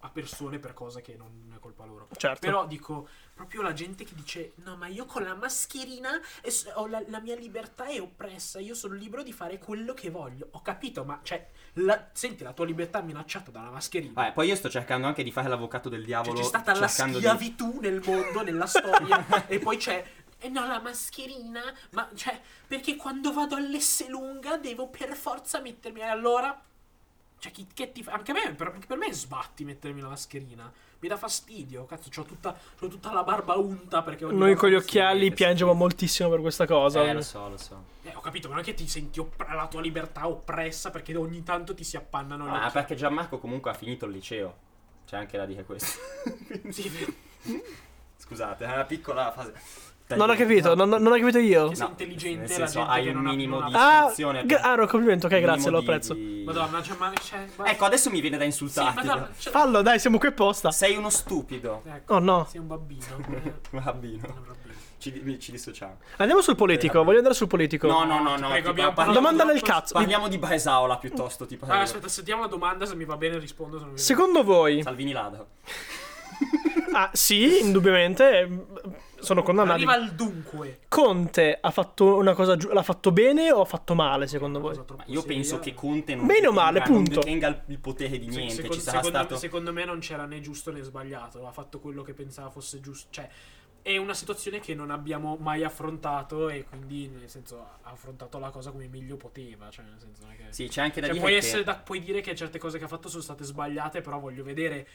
Speaker 3: a persone per cose che non è colpa loro.
Speaker 2: Certo.
Speaker 3: Però dico, proprio la gente che dice, no, ma io con la mascherina eh, s- ho la, la mia libertà è oppressa, io sono libero di fare quello che voglio. Ho capito, ma cioè, la- senti la tua libertà minacciata dalla mascherina.
Speaker 1: Vabbè, poi io sto cercando anche di fare l'avvocato del
Speaker 3: Cioè,
Speaker 1: diavolo.
Speaker 3: c'è stata la
Speaker 1: cercando di- Eh,
Speaker 3: schiavitù nel mondo, nella storia, e poi c'è. eh no, la mascherina, ma cioè, perché quando vado all'Esselunga devo per forza mettermi. E allora. Cioè, chi, che ti fa? Anche a me, per, anche per me sbatti mettermi la mascherina. Mi dà fastidio, cazzo, c'ho tutta, c'ho tutta la barba unta perché ogni
Speaker 2: Noi
Speaker 3: volta-
Speaker 2: con gli
Speaker 1: sì,
Speaker 2: occhiali
Speaker 1: sì.
Speaker 2: piangiamo moltissimo per questa cosa.
Speaker 1: Eh, lo so, lo so.
Speaker 3: Eh, ho capito, ma non è che ti senti opp- la tua libertà oppressa perché ogni tanto ti si appannano le
Speaker 1: Ah,
Speaker 3: occhiali.
Speaker 1: perché Gianmarco comunque ha finito il liceo. C'è anche da dire questo.
Speaker 3: Sì, è vero,
Speaker 1: Scusate, è una piccola fase.
Speaker 2: non ho capito, non, non ho capito io.
Speaker 3: che sei intelligente
Speaker 1: nel
Speaker 3: la
Speaker 1: senso,
Speaker 3: gente
Speaker 1: hai
Speaker 3: che
Speaker 1: un
Speaker 3: non ha-
Speaker 1: minimo
Speaker 3: non ha-
Speaker 1: di
Speaker 2: Ah,
Speaker 1: istruzione.
Speaker 2: gra- ah, no, complimento, ok,
Speaker 1: minimo
Speaker 2: grazie, lo
Speaker 1: di-
Speaker 2: apprezzo.
Speaker 1: di-
Speaker 3: Madonna, cioè, ma cioè, guarda-
Speaker 1: Ecco, adesso mi viene da
Speaker 3: sì,
Speaker 1: insultarti.
Speaker 3: madonna, cioè-
Speaker 2: Fallo, dai, siamo qui apposta.
Speaker 1: Sei uno stupido.
Speaker 3: Ecco,
Speaker 2: Oh no.
Speaker 3: sei un babbino.
Speaker 1: Rabbino. Ci, di- mi- ci dissociamo.
Speaker 2: Andiamo sul politico, voglio andare sul politico.
Speaker 1: No, no, no, no.
Speaker 3: Prego,
Speaker 1: tipo,
Speaker 3: abbiamo
Speaker 1: parli-
Speaker 3: parlato-
Speaker 2: Domanda del cazzo.
Speaker 1: Parliamo di Baesaola piuttosto, tipo.
Speaker 3: Allora, aspetta, sentiamo la domanda, se mi va bene rispondo. Se non mi va
Speaker 2: Secondo voi?
Speaker 1: Salvini Lado. Esatto.
Speaker 2: Ah, sì, indubbiamente eh, sono
Speaker 3: bene.
Speaker 2: condannati.
Speaker 3: Arriva al dunque.
Speaker 2: Conte ha fatto una cosa giu- l'ha fatto bene o ha fatto male secondo
Speaker 3: Cosa
Speaker 2: voi?
Speaker 3: troppo
Speaker 1: Ma io
Speaker 3: seria.
Speaker 1: penso che Conte non.
Speaker 2: Bene o
Speaker 1: detenga-
Speaker 2: male,
Speaker 1: non
Speaker 2: punto.
Speaker 1: detenga il- il potere di
Speaker 3: Se-
Speaker 1: niente.
Speaker 3: secondo,
Speaker 1: ci sarà
Speaker 3: secondo-
Speaker 1: stato.
Speaker 3: secondo me non c'era né giusto né sbagliato. Ha fatto quello che pensava fosse giusto. Cioè, è una situazione che non abbiamo mai affrontato. E quindi, nel senso, ha affrontato la cosa come meglio poteva. Cioè, nel senso, non è che.
Speaker 1: Sì, c'è anche da
Speaker 3: Cioè,
Speaker 1: dire.
Speaker 3: puoi,
Speaker 1: che-
Speaker 3: essere da- puoi dire che certe cose che ha fatto sono state sbagliate, però voglio vedere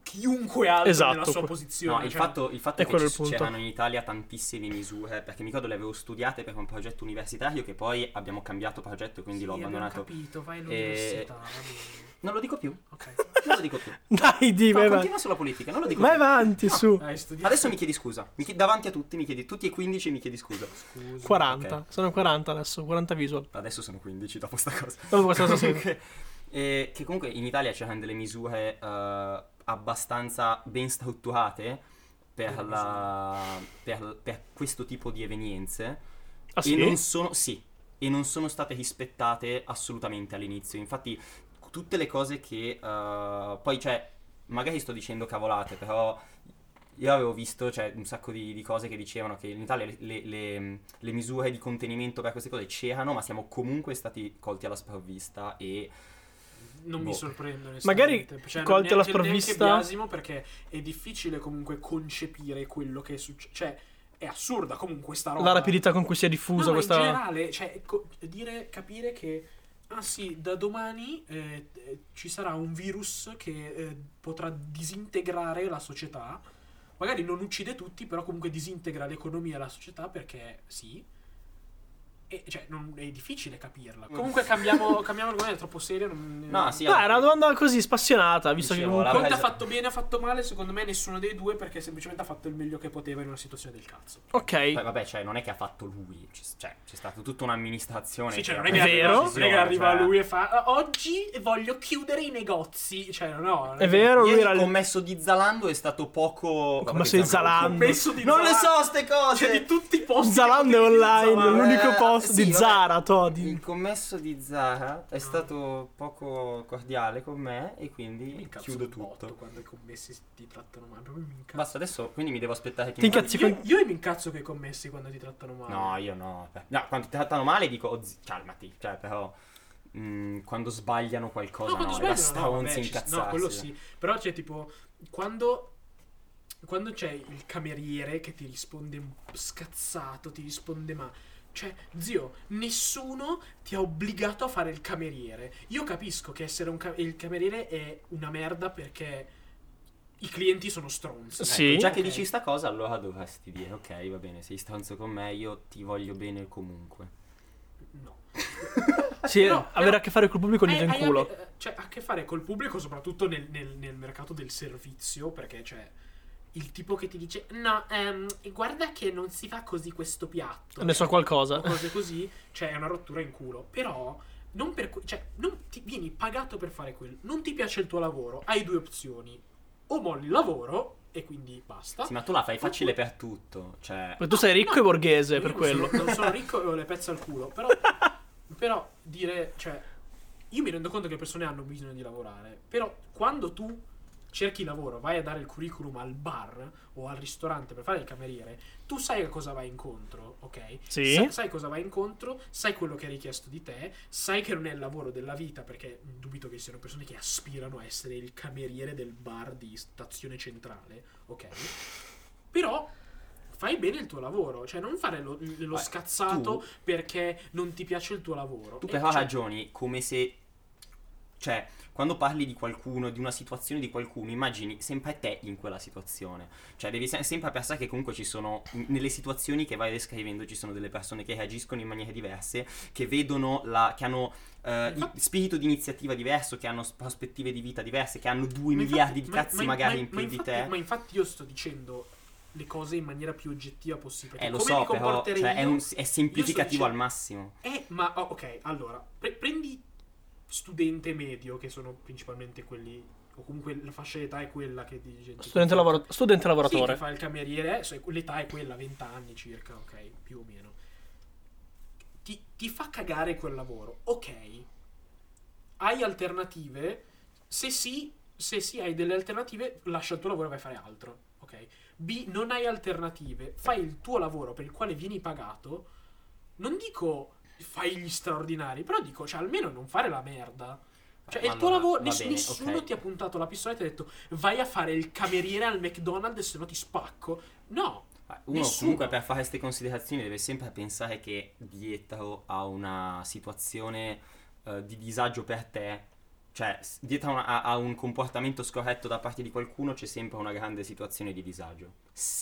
Speaker 3: chiunque altro
Speaker 2: Esatto,
Speaker 3: nella sua
Speaker 2: que-
Speaker 3: posizione.
Speaker 1: No, il
Speaker 3: cioè-
Speaker 1: fatto, il fatto è
Speaker 2: è
Speaker 1: che
Speaker 2: quello il
Speaker 1: ci-
Speaker 2: punto.
Speaker 1: c'erano in Italia tantissime misure, perché mi ricordo le avevo studiate per un progetto universitario che poi abbiamo cambiato progetto e quindi
Speaker 3: Sì,
Speaker 1: l'ho
Speaker 3: abbiamo
Speaker 1: abbandonato. Eh,
Speaker 3: capito, vai
Speaker 1: all'università,
Speaker 3: all'università. va bene.
Speaker 1: Non lo dico più, non
Speaker 3: Ok.
Speaker 1: lo dico più.
Speaker 2: Dai, di,
Speaker 1: No,
Speaker 2: vai,
Speaker 1: continua
Speaker 2: vai.
Speaker 1: sulla politica, non lo dico
Speaker 2: Vai
Speaker 1: più.
Speaker 2: avanti
Speaker 1: No.
Speaker 2: su
Speaker 3: Ah, Hai studiato.
Speaker 1: Adesso mi chiedi scusa, mi chiedi- davanti a tutti mi chiedi, tutti e 15 mi chiedi scusa.
Speaker 3: scusa.
Speaker 2: 40,
Speaker 1: ok.
Speaker 2: sono 40 adesso, 40 visual.
Speaker 1: Adesso sono 15 dopo sta cosa.
Speaker 2: Dopo questa cosa sì.
Speaker 1: Comunque, eh, che comunque in Italia c'erano delle misure eh, abbastanza ben strutturate per, la- per- per questo tipo di evenienze.
Speaker 2: Ah, sì?
Speaker 1: e non sono sì e non sono state rispettate assolutamente all'inizio infatti tutte le cose che eh, poi cioè magari sto dicendo cavolate però io avevo visto cioè, un sacco di, di cose che dicevano che in Italia le, le- le- le misure di contenimento per queste cose c'erano ma siamo comunque stati colti alla sprovvista e
Speaker 3: Non mi
Speaker 1: Boh.
Speaker 3: sorprendo.
Speaker 2: Magari
Speaker 3: onestamente. cioè,
Speaker 2: colti alla
Speaker 3: neanche- neanche
Speaker 2: sprovvista.
Speaker 3: biasimo perché è difficile comunque concepire quello che succede. Cioè, è assurda comunque sta roba.
Speaker 2: La rapidità con cui si è
Speaker 3: No,
Speaker 2: diffusa
Speaker 3: ma
Speaker 2: questa
Speaker 3: in generale, cioè, co- dire, capire che Ah sì, da domani eh, eh, ci sarà un virus che eh, potrà disintegrare la società. Magari non uccide tutti, però comunque disintegra l'economia e la società perché sì. E, cioè, non- è difficile capirla. Comunque cambiamo, cambiamo argomento, è troppo serio. Non,
Speaker 1: No, sì,
Speaker 2: Beh, era una domanda così spassionata, visto
Speaker 1: Dicevo,
Speaker 2: che comunque...
Speaker 3: Conte
Speaker 1: presa-
Speaker 3: ha fatto bene, ha fatto male, secondo me nessuno dei due perché semplicemente ha fatto il meglio che poteva in una situazione del cazzo.
Speaker 1: Poi,
Speaker 2: Ok,
Speaker 1: vabbè, cioè, non è che ha fatto lui, c- cioè, c'è stata tutta un'amministrazione.
Speaker 3: Sì, cioè,
Speaker 1: che
Speaker 3: non
Speaker 1: ha
Speaker 3: è che
Speaker 1: preso la
Speaker 2: vero.
Speaker 3: arriva, non è che
Speaker 1: decisione,
Speaker 3: arriva
Speaker 1: cioè,
Speaker 3: lui e fa "Ah, oggi voglio chiudere i negozi. Cioè, no, non
Speaker 2: è
Speaker 3: che-
Speaker 2: vero, lui
Speaker 1: Ieri
Speaker 2: era...
Speaker 1: il
Speaker 2: il-
Speaker 1: commesso di Zalando è stato poco.
Speaker 2: commesso di Zalando.
Speaker 3: Commesso di
Speaker 1: Non le
Speaker 3: Zalando.
Speaker 1: so, ste cose!
Speaker 3: Cioè, di tutti i posti.
Speaker 2: Zalando è
Speaker 3: che potete
Speaker 2: online,
Speaker 3: utilizzare.
Speaker 2: l'unico
Speaker 1: Eh,
Speaker 2: posto
Speaker 1: sì,
Speaker 2: di
Speaker 1: vabbè.
Speaker 2: Zara, Todi.
Speaker 1: Il commesso di Zara è stato poco cordiale con me e quindi
Speaker 3: Mi incazzo
Speaker 1: chiudo
Speaker 3: un botto
Speaker 1: tutto.
Speaker 3: quando i commessi ti trattano male. Proprio mi incazzo.
Speaker 1: Basta, adesso quindi mi devo aspettare che
Speaker 2: Ti
Speaker 1: mi
Speaker 2: incazzi
Speaker 3: Io,
Speaker 2: con-
Speaker 3: io mi incazzo che i commessi quando ti trattano male.
Speaker 1: No, io no. beh, No, quando ti trattano male dico, "Oh, zi- calmati. Cioè, però. mm, quando sbagliano
Speaker 3: No,
Speaker 1: qualcosa, no,
Speaker 3: quando
Speaker 1: è da
Speaker 3: sbaglio no, vabbè,
Speaker 1: stronzi
Speaker 3: ci-
Speaker 1: incazzarsi.
Speaker 3: no, quello sì. Però c'è tipo quando quando c'è il cameriere che ti risponde scazzato, ti risponde ma cioè, zio, nessuno ti ha obbligato a fare il cameriere. Io capisco che essere un ca- il cameriere è una merda perché i clienti sono stronzi.
Speaker 2: Sì.
Speaker 1: Ecco, già
Speaker 3: Ok.
Speaker 1: che dici sta cosa, allora dovresti dire, ok, va bene, sei stronzo con me, io ti voglio bene comunque.
Speaker 3: No.
Speaker 2: Sì,
Speaker 3: Però-
Speaker 2: avere a che fare col pubblico è un
Speaker 3: Eh,
Speaker 2: dito in
Speaker 3: hai a-
Speaker 2: culo.
Speaker 3: eh, cioè, ha a che fare col pubblico, soprattutto nel, nel- nel mercato del servizio, perché c'è il tipo che ti dice: No, ehm, guarda che non si fa così questo piatto.
Speaker 2: Ne so qualcosa.
Speaker 3: O cose così, cioè, è una rottura in culo. Però. Non per que- cioè, non ti vieni pagato per fare quello. Non ti piace il tuo lavoro, hai due opzioni. O molli il lavoro e quindi basta.
Speaker 1: Sì, ma tu la fai facile per tutto, cioè...
Speaker 2: Perché tu sei ricco e borghese,
Speaker 3: Io
Speaker 2: per
Speaker 3: non sono-
Speaker 2: quello.
Speaker 3: Non sono ricco e ho le pezze al culo. Però, però dire, cioè, io mi rendo conto che le persone hanno bisogno di lavorare. Però quando tu cerchi lavoro, vai a dare il curriculum al bar o al ristorante per fare il cameriere, tu sai a cosa vai incontro, ok?
Speaker 2: Sì.
Speaker 3: Sa- sai cosa vai incontro, sai quello che è richiesto di te, sai che non è il lavoro della vita, perché dubito che ci siano persone che aspirano a essere il cameriere del bar di stazione centrale, ok? Però fai bene il tuo lavoro, cioè non fare lo, lo
Speaker 1: Vai,
Speaker 3: scazzato
Speaker 1: tu-
Speaker 3: perché non ti piace il tuo lavoro.
Speaker 1: Tu
Speaker 3: Eh,
Speaker 1: però
Speaker 3: cioè,
Speaker 1: ragioni come se... Cioè, quando parli di qualcuno, di una situazione di qualcuno, immagini sempre te in quella situazione. Cioè, devi se- sempre pensare che comunque ci sono, n- nelle situazioni che vai descrivendo, ci sono delle persone che reagiscono in maniere diverse, che vedono la... che hanno eh, i- spirito di iniziativa diverso, che hanno s- prospettive di vita diverse, che hanno due
Speaker 3: ma infatti-
Speaker 1: miliardi di
Speaker 3: ma-
Speaker 1: cazzi
Speaker 3: ma-
Speaker 1: magari
Speaker 3: ma-
Speaker 1: in più
Speaker 3: ma
Speaker 1: di
Speaker 3: infatti-
Speaker 1: te.
Speaker 3: Ma infatti io sto dicendo le cose in maniera più oggettiva possibile.
Speaker 1: Eh, lo
Speaker 3: come
Speaker 1: so,
Speaker 3: mi
Speaker 1: però
Speaker 3: comporterei
Speaker 1: cioè, è,
Speaker 3: io-
Speaker 1: un- è semplificativo
Speaker 3: io sto dicendo-
Speaker 1: al massimo.
Speaker 3: Eh, ma oh, ok, allora, pre- prendi studente medio, che sono principalmente quelli, o comunque la fascia d'età è quella che dice...
Speaker 2: Studente, lavora- studente
Speaker 3: Sì, che
Speaker 2: lavoratore.
Speaker 3: fa il cameriere, se- l'età è quella, 20 anni circa, ok, più o meno. Ti, ti fa cagare quel lavoro, ok. Hai alternative? Se sì, se sì hai delle alternative, lascia il tuo lavoro e vai a fare altro, ok. B, non hai alternative, fai il tuo lavoro per il quale vieni pagato. Non dico fai gli straordinari, però dico, cioè almeno non fare la merda. Cioè,
Speaker 1: Ma
Speaker 3: il tuo
Speaker 1: allora,
Speaker 3: lavoro,
Speaker 1: va
Speaker 3: ness-
Speaker 1: bene,
Speaker 3: nessuno
Speaker 1: ok.
Speaker 3: ti ha puntato la pistola e ti ha detto vai a fare il cameriere al McDonald's se no ti spacco. No,
Speaker 1: Uno
Speaker 3: Nessuno.
Speaker 1: comunque per fare queste considerazioni deve sempre pensare che dietro a una situazione eh, di disagio per te, cioè s- dietro a, una- a- a un comportamento scorretto da parte di qualcuno c'è sempre una grande situazione di disagio.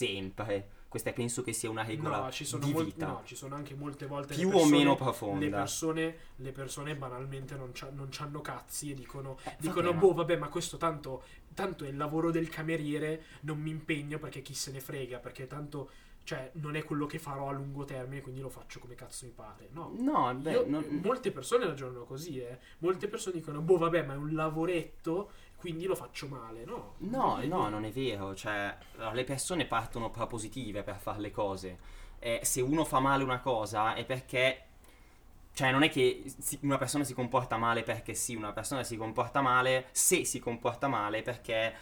Speaker 1: Sempre. Questa penso che sia una regola
Speaker 3: no, ci sono
Speaker 1: Ecco, di
Speaker 3: mol-
Speaker 1: vita.
Speaker 3: no, ci sono anche molte volte le
Speaker 1: Più o
Speaker 3: persone-
Speaker 1: meno
Speaker 3: Le
Speaker 1: profonda.
Speaker 3: persone, le persone banalmente non, c'ha- non c'hanno cazzi e dicono,
Speaker 1: Eh,
Speaker 3: dicono
Speaker 1: vabbè, ma-
Speaker 3: boh, vabbè, ma questo tanto, tanto è il lavoro del cameriere, non mi impegno perché chi se ne frega, perché tanto, cioè, non è quello che farò a lungo termine, quindi lo faccio come cazzo mi pare. No,
Speaker 1: No, beh,
Speaker 3: Io-
Speaker 1: non-
Speaker 3: Molte persone ragionano così, eh. Molte persone dicono, boh, vabbè, ma è un lavoretto, quindi lo faccio male, no?
Speaker 1: No, no, non è vero, cioè allora, le persone partono propositive per fare le cose. Eh, se uno fa male una cosa è perché... Cioè non è che si- una persona si comporta male perché sì, una persona si comporta male se si comporta male perché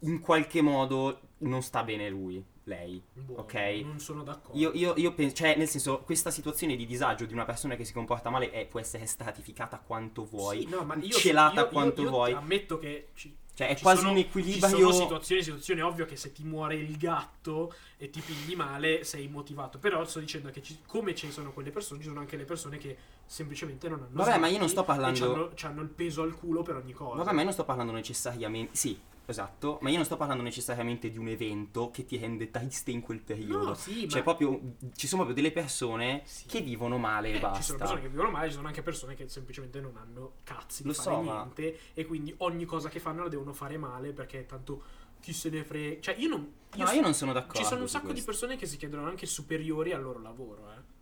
Speaker 1: in qualche modo non sta bene lui, lei.
Speaker 3: Boh,
Speaker 1: Ok.
Speaker 3: Non sono d'accordo.
Speaker 1: Io, io, io penso, cioè, nel senso, questa situazione di disagio di una persona che si comporta male eh, può essere stratificata quanto vuoi,
Speaker 3: Sì, no, ma io-
Speaker 1: celata
Speaker 3: io- io-
Speaker 1: quanto
Speaker 3: io
Speaker 1: vuoi.
Speaker 3: Ammetto che ci-
Speaker 1: Cioè, è
Speaker 3: Ci
Speaker 1: quasi
Speaker 3: sono-
Speaker 1: un
Speaker 3: Ci sono
Speaker 1: equilibrio.
Speaker 3: situazioni, situazioni, è ovvio che se ti muore il gatto e ti pigli male sei motivato, però sto dicendo che ci- come ci sono quelle persone, ci sono anche le persone che semplicemente non hanno...
Speaker 1: Vabbè, ma io non
Speaker 3: sbatti
Speaker 1: sto parlando-
Speaker 3: E c'hanno, c'hanno il peso al culo per ogni cosa.
Speaker 1: Vabbè, ma io non sto parlando necessariamente. Sì, esatto. Ma io non sto parlando necessariamente di un evento che ti rende triste in quel periodo.
Speaker 3: No, sì,
Speaker 1: Cioè,
Speaker 3: ma...
Speaker 1: proprio. Ci sono proprio delle persone
Speaker 3: Sì.
Speaker 1: che vivono male e
Speaker 3: Eh, Ci sono persone
Speaker 1: basta.
Speaker 3: che vivono male, ci sono anche persone che semplicemente non hanno cazzi di
Speaker 1: Lo
Speaker 3: fare
Speaker 1: so, ma-
Speaker 3: niente e quindi ogni cosa che fanno la devono fare male perché tanto chi se ne frega. Cioè io non... io
Speaker 1: No,
Speaker 3: so-
Speaker 1: io non sono d'accordo.
Speaker 3: Ci sono un
Speaker 1: su
Speaker 3: sacco di
Speaker 1: questo.
Speaker 3: persone che si chiedono anche superiori al loro lavoro, eh.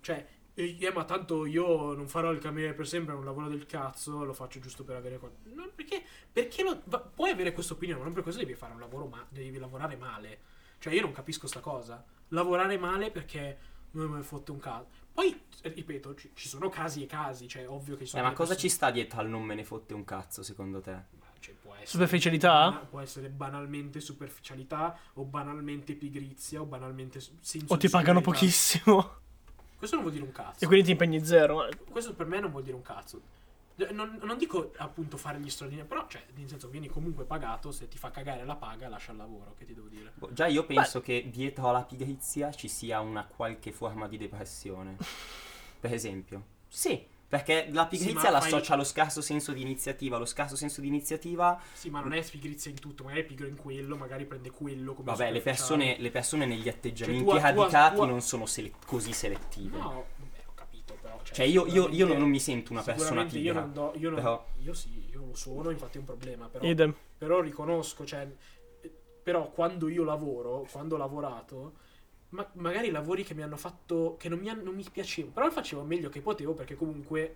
Speaker 3: Cioè, eh, eh, ma tanto io non farò il cameriere per sempre, è un lavoro del cazzo, lo faccio giusto per avere... qual- No, perché perché lo- va- puoi avere questa opinione, ma non per questo devi fare un lavoro ma- devi lavorare male. Cioè, io non capisco sta cosa. Lavorare male perché non mi fotte un cazzo. Poi, eh, ripeto, ci, ci sono casi e casi, cioè, ovvio che ci sono...
Speaker 1: Eh, ma
Speaker 3: delle
Speaker 1: cosa ci
Speaker 3: persone-
Speaker 1: sta dietro al non me ne fotte un cazzo, secondo te?
Speaker 3: Ma, cioè, può essere-
Speaker 2: Superficialità?
Speaker 3: Ah, Può essere banalmente superficialità o banalmente pigrizia o banalmente s-
Speaker 2: O ti pagano
Speaker 3: sensorialità.
Speaker 2: pochissimo?
Speaker 3: Questo non vuol dire un cazzo.
Speaker 2: E quindi ti impegni zero? eh.
Speaker 3: Questo per me non vuol dire un cazzo. Eh, Non, non dico appunto fare gli straordinari, però cioè, nel senso vieni comunque pagato, se ti fa cagare la paga lascia il lavoro, che ti devo dire.
Speaker 1: Boh, Già io penso che dietro alla pigrizia ci sia una qualche forma di depressione. Per esempio. Sì, perché la pigrizia
Speaker 3: ma
Speaker 1: la
Speaker 3: fai-
Speaker 1: associa allo scarso senso di iniziativa. Lo scarso senso di iniziativa.
Speaker 3: Sì, ma non è pigrizia in tutto, magari è pigro in quello, magari prende quello come
Speaker 1: Vabbè, le
Speaker 3: superficiale.
Speaker 1: persone, le persone negli atteggiamenti
Speaker 3: tua- tua-
Speaker 1: radicati
Speaker 3: tua-
Speaker 1: non sono sele- così selettive.
Speaker 3: No, vabbè, ho capito, però
Speaker 1: Cioè, io, io- io non mi sento una persona
Speaker 3: sicuramente io
Speaker 1: pigra.
Speaker 3: non do, io, non-
Speaker 1: però-
Speaker 3: io sì, io lo sono, infatti è un problema, però
Speaker 2: Idem.
Speaker 3: però riconosco, cioè, eh, però quando io lavoro, quando ho lavorato, ma- magari lavori che mi hanno fatto, che non mi, han- non mi piacevano, però facevo meglio che potevo perché comunque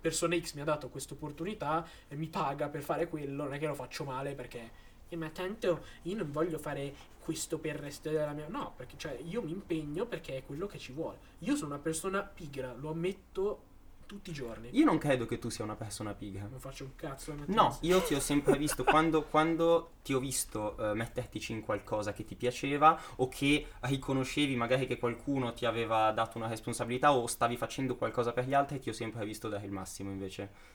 Speaker 3: persona X mi ha dato questa opportunità e mi paga per fare quello, non è che lo faccio male perché... "Eh, ma tanto io non voglio fare questo per il resto della mia... No, perché cioè, io mi impegno perché è quello che ci vuole. Io sono una persona pigra, lo ammetto tutti i giorni.
Speaker 1: Io non credo che tu sia una persona pigra.
Speaker 3: Non faccio un cazzo. la mattina.
Speaker 1: No, io ti ho sempre visto quando, quando ti ho visto eh, mettertici in qualcosa che ti piaceva o che riconoscevi magari che qualcuno ti aveva dato una responsabilità o stavi facendo qualcosa per gli altri, ti ho sempre visto dare il massimo invece.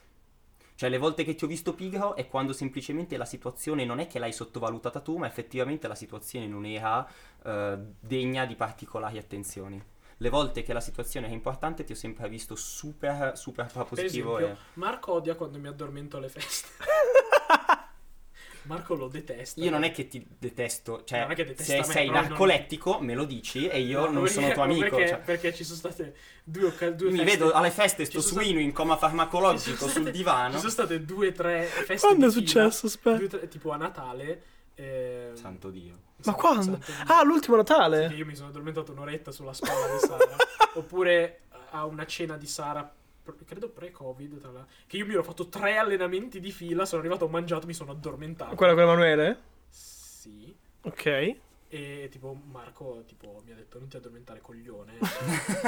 Speaker 1: Cioè, le volte che ti ho visto pigro è quando semplicemente la situazione non è che l'hai sottovalutata tu, ma effettivamente la situazione non era eh, degna di particolari attenzioni. Le volte che la situazione era importante ti ho sempre visto super, super
Speaker 3: Per
Speaker 1: propositivo.
Speaker 3: esempio,
Speaker 1: e-
Speaker 3: Marco odia quando mi addormento alle feste. Marco lo detesta.
Speaker 1: Io non è che ti detesto, cioè,
Speaker 3: Non è che detesta
Speaker 1: se
Speaker 3: me,
Speaker 1: sei
Speaker 3: però non-
Speaker 1: narcolettico me lo dici e io
Speaker 3: No,
Speaker 1: non
Speaker 3: perché-
Speaker 1: sono tuo
Speaker 3: no,
Speaker 1: amico.
Speaker 3: Perché,
Speaker 1: cioè.
Speaker 3: perché ci sono state due occasioni.
Speaker 1: mi vedo alle feste
Speaker 3: Ci
Speaker 1: sto
Speaker 3: sono
Speaker 1: suino in coma
Speaker 3: Ci
Speaker 1: farmacologico sul
Speaker 3: sono state- Ci
Speaker 1: divano.
Speaker 3: sono state due o tre feste.
Speaker 2: Quando è
Speaker 3: di fila,
Speaker 2: successo? Aspetta.
Speaker 3: due o tre- tipo a Natale. ehm,
Speaker 1: Santo Dio.
Speaker 2: Ma
Speaker 3: Santo-
Speaker 2: quando?
Speaker 3: Santo Dio.
Speaker 2: Ah, l'ultimo
Speaker 3: Sì, che
Speaker 2: Natale!
Speaker 3: io mi sono addormentato un'oretta sulla spalla di Sara. Oppure a una cena di Sara, pr- credo pre-Covid, tra l'altro, che io mi ero fatto tre allenamenti di fila, sono arrivato, ho mangiato, mi sono addormentato.
Speaker 2: Quella con Emanuele?
Speaker 3: Sì.
Speaker 2: Ok.
Speaker 3: E tipo Marco tipo, mi ha detto non ti addormentare coglione.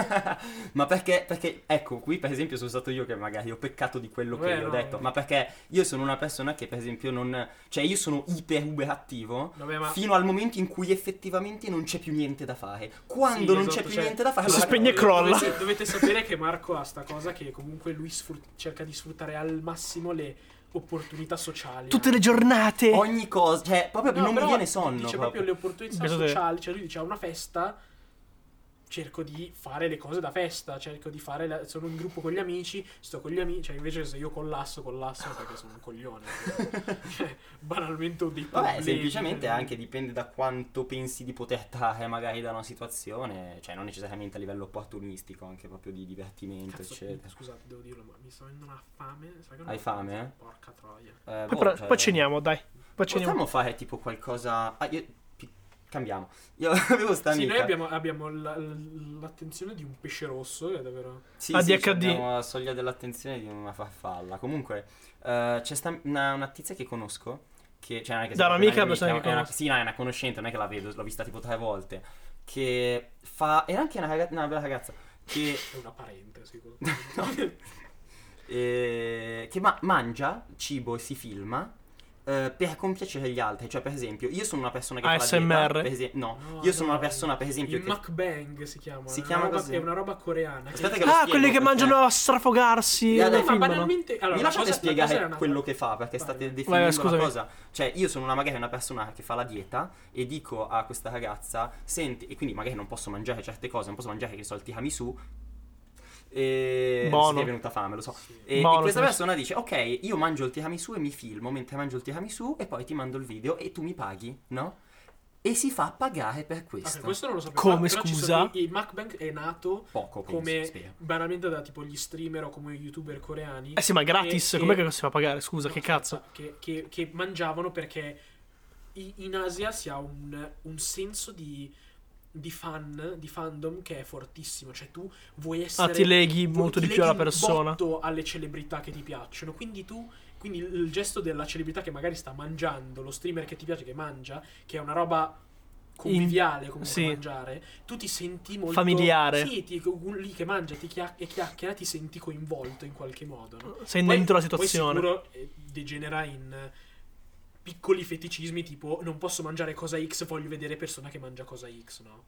Speaker 1: Ma perché, perché, ecco, qui per esempio sono stato io che magari ho peccato di quello che
Speaker 3: Eh,
Speaker 1: gli ho
Speaker 3: no.
Speaker 1: detto. Ma perché io sono una persona che per esempio non... Cioè io sono iper uberattivo
Speaker 3: Vabbè, eh, ma
Speaker 1: fino al momento in cui effettivamente non c'è più niente da fare. Quando
Speaker 3: Sì,
Speaker 1: non
Speaker 3: esatto,
Speaker 1: c'è più
Speaker 3: cioè,
Speaker 1: niente da fare...
Speaker 2: si
Speaker 1: allora-
Speaker 2: spegne e crolla.
Speaker 3: Dovete, dovete sapere che Marco ha sta cosa che comunque lui sfrut- cerca di sfruttare al massimo le opportunità sociali.
Speaker 2: Tutte le giornate!
Speaker 1: Ogni cosa... Cioè proprio
Speaker 3: No,
Speaker 1: non mi
Speaker 3: però
Speaker 1: viene sonno.
Speaker 3: Dice
Speaker 1: proprio.
Speaker 3: proprio le opportunità
Speaker 2: Pensate-
Speaker 3: sociali, cioè lui dice a una festa cerco di fare le cose da festa, cerco di fare la- sono in gruppo con gli amici, sto con gli amici, cioè invece se io collasso collasso perché sono un coglione. Cioè, banalmente ho dei
Speaker 1: Vabbè,
Speaker 3: problemi,
Speaker 1: semplicemente
Speaker 3: cioè,
Speaker 1: anche dipende da quanto pensi di poter trarre magari da una situazione, cioè non necessariamente a livello opportunistico, anche proprio di divertimento,
Speaker 3: Cazzo,
Speaker 1: eccetera.
Speaker 3: Scusate, devo dirlo, ma mi sto venendo una fame. sai che non
Speaker 1: Hai
Speaker 3: ho-
Speaker 1: fame, eh?
Speaker 3: Porca troia.
Speaker 1: Eh,
Speaker 2: Poi,
Speaker 1: boh,
Speaker 2: pra-
Speaker 1: cioè,
Speaker 2: poi ceniamo, dai. Poi ceniamo.
Speaker 1: Potremmo fare tipo qualcosa... Ah, io... pi- Cambiamo. Io avevo sta
Speaker 3: Sì,
Speaker 1: amica.
Speaker 3: noi abbiamo, abbiamo la- l'attenzione di un pesce rosso, è davvero.
Speaker 1: Sì,
Speaker 2: ADHD.
Speaker 1: sì, cioè, abbiamo la soglia dell'attenzione di una farfalla. Comunque, eh, c'è sta una, una tizia che conosco. Che, cioè, non è che
Speaker 2: Da
Speaker 1: sia
Speaker 2: un'amica
Speaker 1: proprio
Speaker 2: persona che
Speaker 1: è una,
Speaker 2: conosco.
Speaker 1: sì, no, è una conoscente, non è che la vedo, l'ho vista tipo tre volte. Che fa. Era anche una, raga- una bella ragazza. Che
Speaker 3: È una parente, sicuro.
Speaker 1: eh, che ma- mangia cibo e si filma eh, per compiacere gli altri. Cioè, per esempio, io sono una persona che fa la
Speaker 2: ASMR?
Speaker 1: dieta, per esempio- no,
Speaker 3: No,
Speaker 1: io sono
Speaker 3: no.
Speaker 1: una persona, per esempio,
Speaker 3: Il
Speaker 1: che...
Speaker 3: mukbang si chiama.
Speaker 1: Si
Speaker 3: è una
Speaker 1: chiama
Speaker 3: roba-
Speaker 1: così?
Speaker 3: È una roba coreana.
Speaker 1: Aspetta
Speaker 3: che...
Speaker 1: che lo
Speaker 2: Ah,
Speaker 1: spiego,
Speaker 2: quelli che
Speaker 1: perché-
Speaker 2: mangiano a strafogarsi.
Speaker 1: Eh,
Speaker 2: e
Speaker 1: dai,
Speaker 2: lo
Speaker 3: No, ma
Speaker 2: filmano.
Speaker 3: banalmente.
Speaker 1: Mi
Speaker 3: Allora, la
Speaker 1: lasciate
Speaker 3: cosa- la cosa era
Speaker 1: spiegare
Speaker 3: una-
Speaker 1: quello che fa, perché state
Speaker 3: Vai, vai.
Speaker 2: Vai,
Speaker 1: definendo
Speaker 2: vai,
Speaker 1: una
Speaker 2: scusami.
Speaker 1: cosa. Cioè, io sono una, magari una persona che fa la dieta e dico a questa ragazza, senti, e quindi magari non posso mangiare certe cose, non posso mangiare, che so, il tiramisù. E...
Speaker 2: Buono.
Speaker 1: Sì, è venuta fame, lo so.
Speaker 3: Sì.
Speaker 1: E, e
Speaker 2: Buono,
Speaker 1: questa
Speaker 2: sì.
Speaker 1: persona dice, ok, io mangio il tiramisù e mi filmo mentre mangio il tiramisù e poi ti mando il video e tu mi paghi, no? E si fa pagare per questo.
Speaker 3: Ok, Ah, questo non lo sapevo.
Speaker 2: Come,
Speaker 3: però ci
Speaker 2: scusa?
Speaker 3: sono- Il mukbang è nato
Speaker 1: Poco, penso,
Speaker 3: come
Speaker 1: spero.
Speaker 3: banalmente da tipo gli streamer o come youtuber coreani.
Speaker 2: Eh sì, ma gratis.
Speaker 3: E-
Speaker 2: Com'è
Speaker 3: e-
Speaker 2: che si fa pagare? Scusa,
Speaker 3: No,
Speaker 2: che
Speaker 3: aspetta,
Speaker 2: cazzo.
Speaker 3: Esatto.
Speaker 2: Ah,
Speaker 3: Che, che- che mangiavano perché i- in Asia si ha un, un senso di, di fan, di fandom che è fortissimo. Cioè, tu vuoi essere.
Speaker 2: Ah, ti leghi
Speaker 3: vuoi-
Speaker 2: molto
Speaker 3: ti
Speaker 2: di più alla
Speaker 3: leghi un
Speaker 2: persona.
Speaker 3: botto alle celebrità che ti piacciono. Quindi tu. Quindi il, il gesto della celebrità che magari sta mangiando, lo streamer che ti piace che mangia, che è una roba conviviale comunque
Speaker 2: sì.
Speaker 3: mangiare, tu ti senti molto
Speaker 2: Familiare.
Speaker 3: Sì, ti- lì che mangia ti chia- e chiacchiera ti senti coinvolto in qualche modo. No?
Speaker 2: Sei
Speaker 3: Poi-
Speaker 2: dentro la
Speaker 3: poi
Speaker 2: situazione.
Speaker 3: sicuro eh, degenera in eh, piccoli feticismi tipo non posso mangiare cosa X, voglio vedere persona che mangia cosa X, no?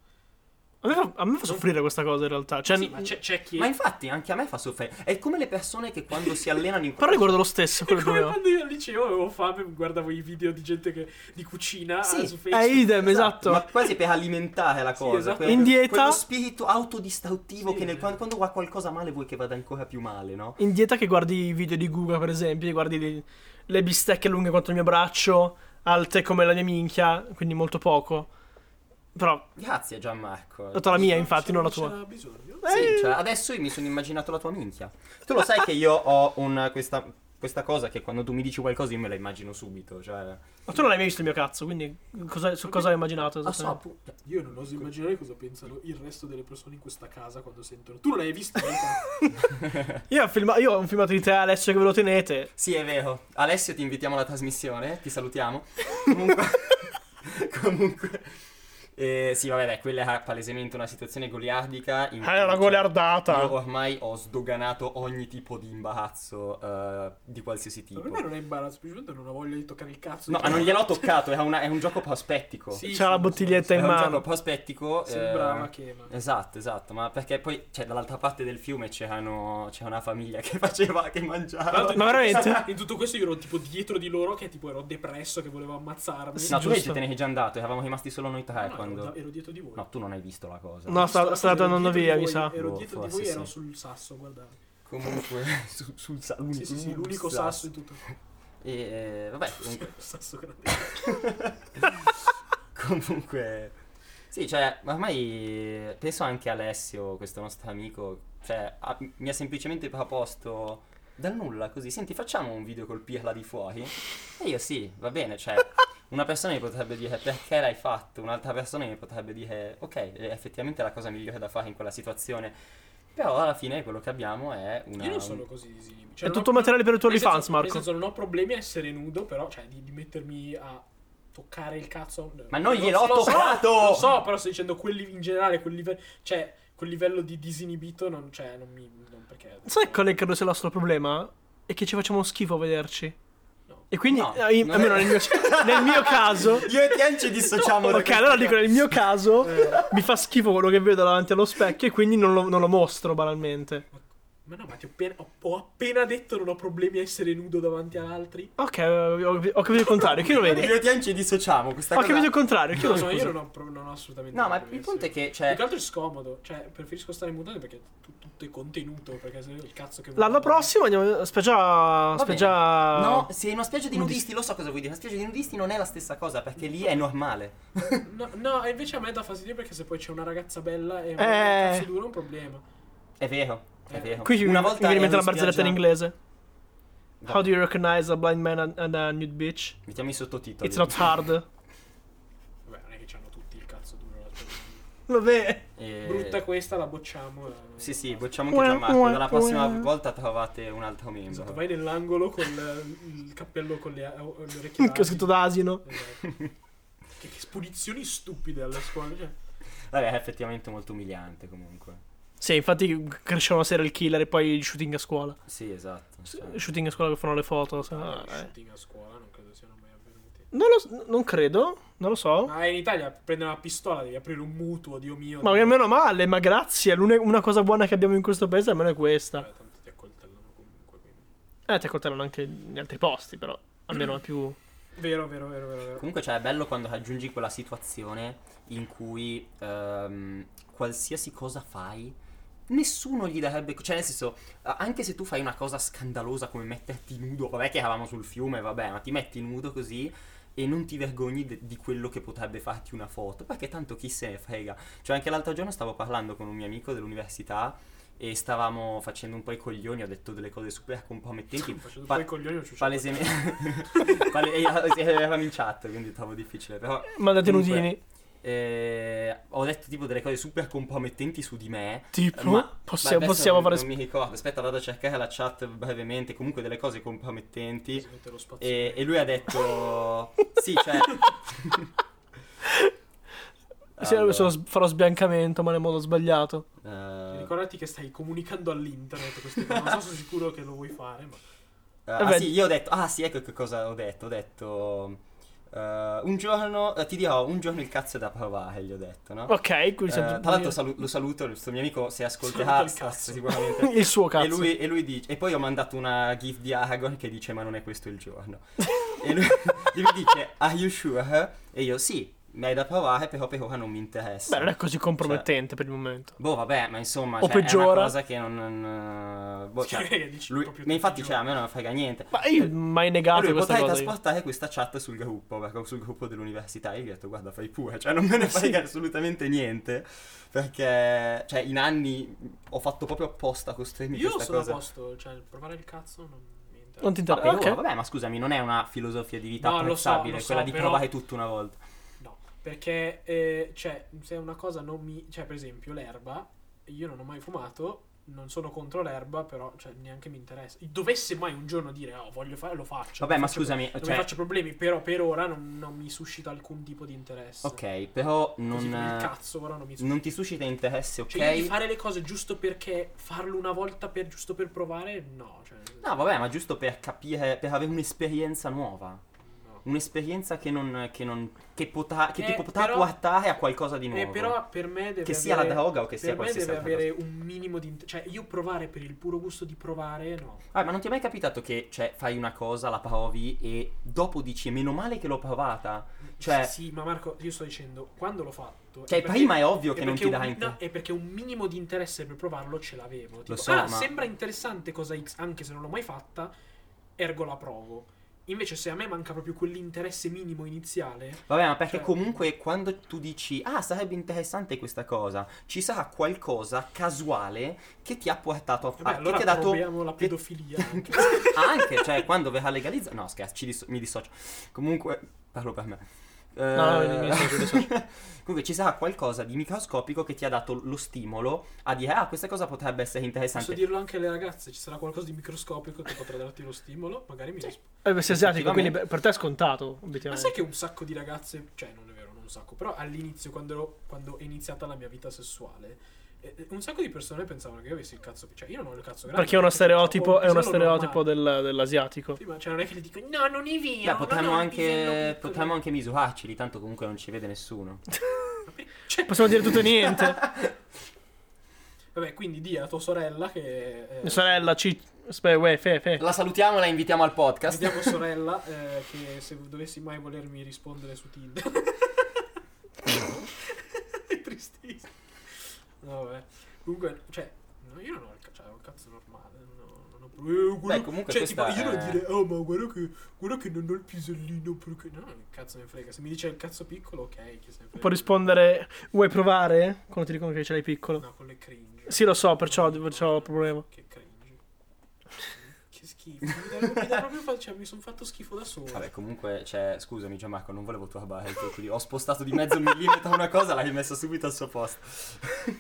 Speaker 2: A me, fa, a me fa soffrire questa cosa in realtà. Cioè,
Speaker 3: sì, ma c'è, c'è chi...
Speaker 1: Ma infatti anche a me fa soffrire. È come le persone che quando si allenano in
Speaker 2: però riguardo lo stesso, quello è
Speaker 3: Come
Speaker 2: il problema.
Speaker 3: quando io al liceo avevo fame, guardavo i video di gente che, di cucina
Speaker 1: Sì,
Speaker 3: eh, su
Speaker 2: È
Speaker 3: Facebook.
Speaker 2: idem, esatto.
Speaker 1: Ma quasi per alimentare la cosa.
Speaker 3: esatto.
Speaker 1: quello-
Speaker 2: In dieta-
Speaker 1: Quello spirito autodistruttivo
Speaker 3: Sì.
Speaker 1: che nel, quando, quando va qualcosa male vuoi che vada ancora più male, no?
Speaker 2: In dieta che guardi i video di Guga, per esempio, guardi le, le bistecche lunghe quanto il mio braccio, alte come la mia minchia, quindi molto poco. Però,
Speaker 1: Grazie Gianmarco.
Speaker 2: dato la mia, infatti,
Speaker 3: Se
Speaker 2: non la
Speaker 3: c'era
Speaker 2: tua. Eh.
Speaker 3: bisogno.
Speaker 1: Sì, cioè, adesso io mi sono immaginato la tua minchia. Tu lo sai che io ho una, questa, questa cosa che quando tu mi dici qualcosa io me la immagino subito. Cioè,
Speaker 2: Ma tu non hai mai visto il mio cazzo, quindi cosa- su cosa hai immaginato?
Speaker 1: ah, so,
Speaker 2: esattamente?
Speaker 1: pu-
Speaker 3: Io non oso immaginare cosa pensano il resto delle persone in questa casa quando sentono... Tu non l'hai visto?
Speaker 2: Io, ho filma- io ho un filmato di te, Alessio, che ve lo tenete.
Speaker 1: Sì, è vero. Alessio, ti invitiamo alla trasmissione. Ti salutiamo. Comunque. comunque. eh, sì, vabbè, dai, quella era palesemente una situazione goliardica. in cui,
Speaker 2: È Ah, una
Speaker 1: cioè, Io
Speaker 2: goliardata.
Speaker 1: ormai ho sdoganato ogni tipo di imbarazzo eh, di qualsiasi tipo.
Speaker 3: Per me non è imbarazzo, semplicemente non ho voglia di toccare il cazzo. Eh,
Speaker 1: No, ma non gliel'ho toccato, era una- è un gioco prospettico.
Speaker 3: Sì,
Speaker 2: C'ha la bottiglietta
Speaker 1: è
Speaker 2: in
Speaker 1: un gioco
Speaker 2: mano.
Speaker 1: prospettico. eh,
Speaker 3: Sembrava che... ma-
Speaker 1: Esatto, esatto, ma perché poi cioè, dall'altra parte del fiume c'erano, c'era una famiglia che faceva, che
Speaker 3: Tra
Speaker 1: mangiava.
Speaker 3: l'altro,
Speaker 2: Ma veramente?
Speaker 3: In tutto questo io ero tipo dietro di loro che tipo ero depresso che volevo ammazzarmi.
Speaker 2: Sì,
Speaker 1: No, tu vedi,
Speaker 2: giusto.
Speaker 1: te ne eri già andato, eravamo rimasti solo noi
Speaker 3: No,
Speaker 1: tre
Speaker 3: no,
Speaker 1: Eh, quando...
Speaker 3: ero, da- ero dietro di voi.
Speaker 1: No, tu non hai visto la cosa.
Speaker 2: No, sta-
Speaker 3: Ero
Speaker 2: sta
Speaker 3: dietro
Speaker 2: andando
Speaker 3: di
Speaker 2: via,
Speaker 3: voi,
Speaker 2: mi sa.
Speaker 3: Ero
Speaker 1: Boh,
Speaker 3: dietro di
Speaker 1: forse
Speaker 3: voi e
Speaker 1: sì.
Speaker 3: ero sul sasso, guardate.
Speaker 1: Comunque, su- sul sa-
Speaker 3: Sì, sì, sì, l'unico sasso in tutto.
Speaker 1: E, eh, vabbè, comunque,
Speaker 3: sasso grande.
Speaker 1: comunque... Sì, cioè, ormai penso anche a Alessio, questo nostro amico, cioè, ha- mi ha semplicemente proposto dal nulla così, senti, facciamo un video col pirla di fuori? E io sì, va bene, cioè, una persona mi potrebbe dire perché l'hai fatto, un'altra persona mi potrebbe dire ok, è effettivamente la cosa migliore da fare in quella situazione, però alla fine quello che abbiamo è una...
Speaker 3: Io non
Speaker 1: un-
Speaker 3: sono così disinibito.
Speaker 2: È tutto materiale per i tuoi OnlyFans,
Speaker 3: Nel
Speaker 2: Marco.
Speaker 3: senso, non ho problemi a essere nudo, però, cioè, di, di mettermi a toccare il cazzo.
Speaker 1: Ma non
Speaker 3: Lo-
Speaker 1: gliel'ho
Speaker 3: lo so,
Speaker 1: toccato!
Speaker 3: Lo so, però sto dicendo quelli in generale, quel livello. Cioè, quel livello di disinibito non, cioè, non mi. Non perché.
Speaker 2: Sai qual è credo sia il nostro problema? È che ci facciamo schifo a vederci.
Speaker 3: No.
Speaker 2: E quindi,
Speaker 1: No,
Speaker 2: eh, in-
Speaker 1: non è-
Speaker 2: almeno nel mio, nel mio caso,
Speaker 1: Io e Tian ci dissociamo da
Speaker 2: ok,
Speaker 1: questa
Speaker 2: allora dico nel mio caso, eh, mi fa schifo quello che vedo davanti allo specchio e quindi non lo, non lo mostro banalmente.
Speaker 3: Ma no, ma ti ho appena, ho- ho appena detto non ho problemi a essere nudo davanti ad altri.
Speaker 2: Ok, eh, ho, ho capito il contrario, chi lo vede?
Speaker 1: Io e Tian ci dissociamo, questa
Speaker 2: Ho
Speaker 1: cosa...
Speaker 2: capito il contrario, chi
Speaker 3: Io
Speaker 2: lo
Speaker 3: lo so,
Speaker 2: scusa?
Speaker 3: io non ho, pro- non ho assolutamente
Speaker 1: No, ma
Speaker 3: problemi
Speaker 1: il
Speaker 3: a
Speaker 1: punto è
Speaker 3: essere-
Speaker 1: che,
Speaker 3: Più
Speaker 1: cioè...
Speaker 3: che altro è scomodo, cioè preferisco stare in mutande perché tu- tutto è contenuto, perché se no il cazzo che
Speaker 2: L'anno prossimo andiamo spiaggia...
Speaker 1: bene.
Speaker 2: spiaggia...
Speaker 1: No, se in una spiaggia di
Speaker 2: Nudisti.
Speaker 1: nudisti, lo so cosa vuoi dire, una spiaggia di nudisti non è la stessa cosa, perché lì è normale.
Speaker 3: No, no, e invece a me dà fastidio perché se poi c'è una ragazza bella e un
Speaker 2: Eh.
Speaker 3: cazzo duro è un problema.
Speaker 1: È vero, è
Speaker 3: Eh,
Speaker 1: vero.
Speaker 2: Qui una volta mi viene in mente
Speaker 1: ero
Speaker 2: una barzelletta in
Speaker 1: spiaggia-
Speaker 2: inglese.
Speaker 1: Vabbè,
Speaker 2: How do you recognize a blind man and- and a nude bitch?
Speaker 1: Mettiamo i sottotitoli.
Speaker 2: It's not hard.
Speaker 3: Vabbè, non è che c'hanno tutti il cazzo duro. la spiaggia.
Speaker 2: Vabbè.
Speaker 1: E-
Speaker 3: Brutta questa, la bocciamo. eh.
Speaker 1: Eh, Sì, sì, bocciamo anche Gianmarco. Dalla prossima volta trovate un altro membro.
Speaker 3: Esatto, vai nell'angolo con il, il cappello con le, a- o- le orecchie.
Speaker 2: Che ho scritto da asino.
Speaker 3: Esatto. che, che spunizioni stupide alla scuola. Cioè.
Speaker 1: Vabbè, è effettivamente molto umiliante comunque.
Speaker 2: Sì, infatti crescevano serial killer e poi il shooting a scuola.
Speaker 1: Sì, esatto. cioè.
Speaker 2: Il shooting a scuola che fanno le foto. sa-
Speaker 3: Ah,
Speaker 2: eh.
Speaker 3: shooting a scuola non credo sia una mai
Speaker 2: Non lo s- non credo, non lo so.
Speaker 3: Ma in Italia prendere una pistola devi aprire un mutuo, Dio mio.
Speaker 2: Ma
Speaker 3: devi-
Speaker 2: almeno male, ma grazie. l'une- una cosa buona che abbiamo in questo paese almeno è questa.
Speaker 3: Eh, tanto ti accoltellano comunque. Quindi.
Speaker 2: Eh, ti accoltellano anche in altri posti, però. Almeno è più.
Speaker 3: Vero, vero, vero, vero. vero.
Speaker 1: Comunque, cioè, è bello quando raggiungi quella situazione in cui ehm, qualsiasi cosa fai, nessuno gli darebbe. Cioè, nel senso, a- anche se tu fai una cosa scandalosa come metterti nudo, vabbè, che eravamo sul fiume, vabbè, ma ti metti nudo così. E non ti vergogni de- di quello che potrebbe farti una foto, perché tanto chi se ne frega. Cioè, anche l'altro giorno stavo parlando con un mio amico dell'università e stavamo facendo un po' i coglioni, ho detto delle cose super compromettenti.
Speaker 3: Facendo
Speaker 1: Pa-
Speaker 3: poi i coglioni non ci
Speaker 1: Palesemente. Pale- eh, eh, Eravamo in chat, quindi trovo difficile, però.
Speaker 2: Mandate
Speaker 1: Comunque,
Speaker 2: nudini.
Speaker 1: eh, ho detto tipo delle cose super compromettenti su di me.
Speaker 2: Tipo,
Speaker 1: ma-
Speaker 2: possiamo,
Speaker 1: ma adesso
Speaker 2: possiamo
Speaker 1: non,
Speaker 2: fare.
Speaker 1: Non mi ricordo. Aspetta, vado a cercare la chat brevemente. Comunque delle cose compromettenti.
Speaker 3: lo spazio.
Speaker 1: E, e lui ha detto. sì, cioè.
Speaker 2: Sì,
Speaker 1: Allora,
Speaker 2: adesso s- farò sbiancamento, ma nel modo sbagliato.
Speaker 1: eh,
Speaker 3: Ricordati che stai comunicando all'internet queste cose. Non so se sono sicuro che lo vuoi fare, ma.
Speaker 1: Ah,
Speaker 2: Vabbè.
Speaker 1: sì, io ho detto. Ah, sì, ecco che cosa ho detto. Ho detto. eh, un giorno. eh, ti dirò, un giorno il cazzo è da provare, gli ho detto, no?
Speaker 2: Ok, qui
Speaker 1: Eh,
Speaker 2: siamo.
Speaker 1: tra l'altro salu- lo saluto, questo mio amico se
Speaker 3: Saluta
Speaker 1: ascolterà
Speaker 3: il
Speaker 1: sa-
Speaker 3: cazzo.
Speaker 1: sicuramente.
Speaker 2: il suo
Speaker 1: E
Speaker 2: cazzo.
Speaker 1: lui, e lui dice, e poi ho mandato una gif di Aragorn che dice ma non è questo il giorno. e lui, lui dice are you sure? E io sì, mi hai da provare però per ora non mi interessa.
Speaker 2: Beh, non è così compromettente per il momento.
Speaker 1: Boh vabbè ma insomma
Speaker 2: O
Speaker 1: cioè, è
Speaker 2: peggiora.
Speaker 1: una cosa che non... non- boh, cioè,
Speaker 3: Dici
Speaker 1: lui-
Speaker 3: proprio
Speaker 1: ma infatti
Speaker 3: tutti
Speaker 1: cioè,
Speaker 3: i
Speaker 1: a me non frega niente.
Speaker 2: Ma io mai
Speaker 1: E
Speaker 2: negato
Speaker 1: lui
Speaker 2: questa
Speaker 1: potrai
Speaker 2: cosa. io.
Speaker 1: trasportare questa chat sul gruppo, perché- sul gruppo dell'università. E io gli ho detto, guarda, fai pure, cioè non me
Speaker 2: Eh,
Speaker 1: ne frega assolutamente niente. Perché, cioè, in anni ho fatto proprio apposta a
Speaker 3: giorni.
Speaker 1: costringermi
Speaker 3: Io
Speaker 1: questa
Speaker 3: sono
Speaker 1: cosa.
Speaker 3: a posto, cioè provare il cazzo non mi interessa.
Speaker 2: Non ti
Speaker 1: Ma
Speaker 2: interessa.
Speaker 1: però,
Speaker 2: ok.
Speaker 1: vabbè, ma scusami, non è una filosofia di vita
Speaker 3: No, lo so,
Speaker 1: apprezzabile,
Speaker 3: lo so,
Speaker 1: quella di
Speaker 3: però-
Speaker 1: provare tutto una volta.
Speaker 3: No, perché eh, cioè, se una cosa non mi. Cioè, per esempio, l'erba. Io non ho mai fumato. Non sono contro l'erba, però cioè, neanche mi interessa. Dovesse mai un giorno dire, oh, voglio fare, lo faccio.
Speaker 1: Vabbè,
Speaker 3: non
Speaker 1: ma
Speaker 3: faccio-
Speaker 1: scusami,
Speaker 3: Non mi
Speaker 1: cioè,
Speaker 3: faccio problemi, però per ora non, non mi suscita alcun tipo di interesse.
Speaker 1: ok, però
Speaker 3: Così
Speaker 1: non,
Speaker 3: come il
Speaker 1: eh,
Speaker 3: cazzo ora non mi suscita.
Speaker 1: non ti suscita interesse, ok?
Speaker 3: Cioè, io di fare le cose giusto perché farlo una volta per giusto per provare, no. Cioè,
Speaker 1: No, vabbè, ma giusto per capire, per avere un'esperienza nuova.
Speaker 3: no.
Speaker 1: Un'esperienza che non, che non, che potrà, che
Speaker 3: Eh,
Speaker 1: ti potrà
Speaker 3: però-
Speaker 1: portare a qualcosa di nuovo.
Speaker 3: Eh, però per me deve
Speaker 1: che sia la
Speaker 3: avere-
Speaker 1: droga o che sia
Speaker 3: Per me
Speaker 1: qualsiasi
Speaker 3: deve
Speaker 1: altra
Speaker 3: avere un minimo di. inter- Cioè, io provare per il puro gusto di provare, no.
Speaker 1: cosa. Ah, ma non ti è mai capitato che cioè, fai una cosa, la provi e dopo dici meno male che l'ho provata? Cioè,
Speaker 3: Sì, ma Marco, io sto dicendo, quando l'ho fatto...
Speaker 1: cioè
Speaker 3: è perché-
Speaker 1: prima è ovvio
Speaker 3: è
Speaker 1: che non
Speaker 3: perché
Speaker 1: ti
Speaker 3: un-
Speaker 1: dà
Speaker 3: no,
Speaker 1: interesse.
Speaker 3: è perché un minimo di interesse per provarlo ce l'avevo. Tipo,
Speaker 1: so,
Speaker 3: ah,
Speaker 1: ma-
Speaker 3: sembra interessante cosa X, anche se non l'ho mai fatta, ergo la provo. Invece se a me manca proprio quell'interesse minimo iniziale...
Speaker 1: Vabbè, ma perché
Speaker 2: Certo.
Speaker 3: Cioè-
Speaker 1: comunque quando tu dici, ah, sarebbe interessante questa cosa, ci sarà qualcosa casuale che ti ha portato a
Speaker 2: Eh
Speaker 3: Vabbè,
Speaker 1: fare.
Speaker 3: allora
Speaker 1: che Ah, ti ha dato.
Speaker 3: proviamo la
Speaker 1: che-
Speaker 3: pedofilia. anche.
Speaker 1: anche, cioè, quando verrà legalizzata. No, scherzo, ci dis- mi dissocio. Comunque, parlo per me. Eh,
Speaker 2: No, no, mi dissocio, mi
Speaker 1: Comunque ci sarà qualcosa di microscopico che ti ha dato lo stimolo a dire ah questa cosa potrebbe essere
Speaker 3: Posso
Speaker 1: interessante.
Speaker 3: dirlo anche alle ragazze, ci sarà qualcosa di microscopico che potrà darti lo stimolo, magari mi rispondi.
Speaker 2: Eh, beh, sei asiatico, quindi
Speaker 1: Effettivamente.
Speaker 2: per per te è scontato. Obiettivamente.
Speaker 3: Ma sai che un sacco di ragazze, cioè non è vero, non un sacco, però all'inizio, quando, ero- quando è iniziata la mia vita sessuale, eh, un sacco di persone pensavano che io avessi il cazzo, cioè io non ho il cazzo grande.
Speaker 2: Perché è uno
Speaker 3: perché ho un
Speaker 2: stereotipo, è uno
Speaker 3: pisello
Speaker 2: stereotipo
Speaker 3: normale.
Speaker 2: del- dell'asiatico.
Speaker 3: Sì, ma cioè non è che le dico, no, non è vero.
Speaker 1: Beh, potremmo,
Speaker 3: non ho il pisello
Speaker 1: anche,
Speaker 3: piccolo".
Speaker 1: potremmo anche misurarceli, tanto comunque non ci vede nessuno.
Speaker 3: Cioè,
Speaker 2: Possiamo dire tutto e niente.
Speaker 3: vabbè, quindi di a tua sorella che... eh,
Speaker 2: Mia sorella, ci... Aspetta, uè, fe, fe.
Speaker 1: La salutiamo e la invitiamo al podcast.
Speaker 3: Vediamo sorella eh, che se dovessi mai volermi rispondere su Tinder. è tristissimo. No, vabbè. Comunque, cioè, no, io non ho il cazzo, cioè, ho il cazzo normale. Non ho, non ho problemi. Eh, guarda-
Speaker 1: Beh, comunque
Speaker 3: cioè,
Speaker 1: questa
Speaker 3: tipo, io non
Speaker 1: è-
Speaker 3: dire, oh, ma guarda che, guarda che non ho il pisellino perché... No, che cazzo me frega. Se mi dice il cazzo piccolo, ok, chi se ne frega.
Speaker 2: Può rispondere, vuoi provare? Quando ti dicono che ce l'hai piccolo.
Speaker 3: No, con le cringe.
Speaker 2: Sì, lo so, perciò, perciò ho problema.
Speaker 3: Che cringe. Che schifo. Mi dà, mi dà proprio... fa- Cioè, mi sono fatto schifo da solo.
Speaker 1: Vabbè, comunque, cioè, scusami Gianmarco, non volevo turbare il tuo quindi ho spostato di mezzo millimetro una cosa, l'hai messa subito al suo posto.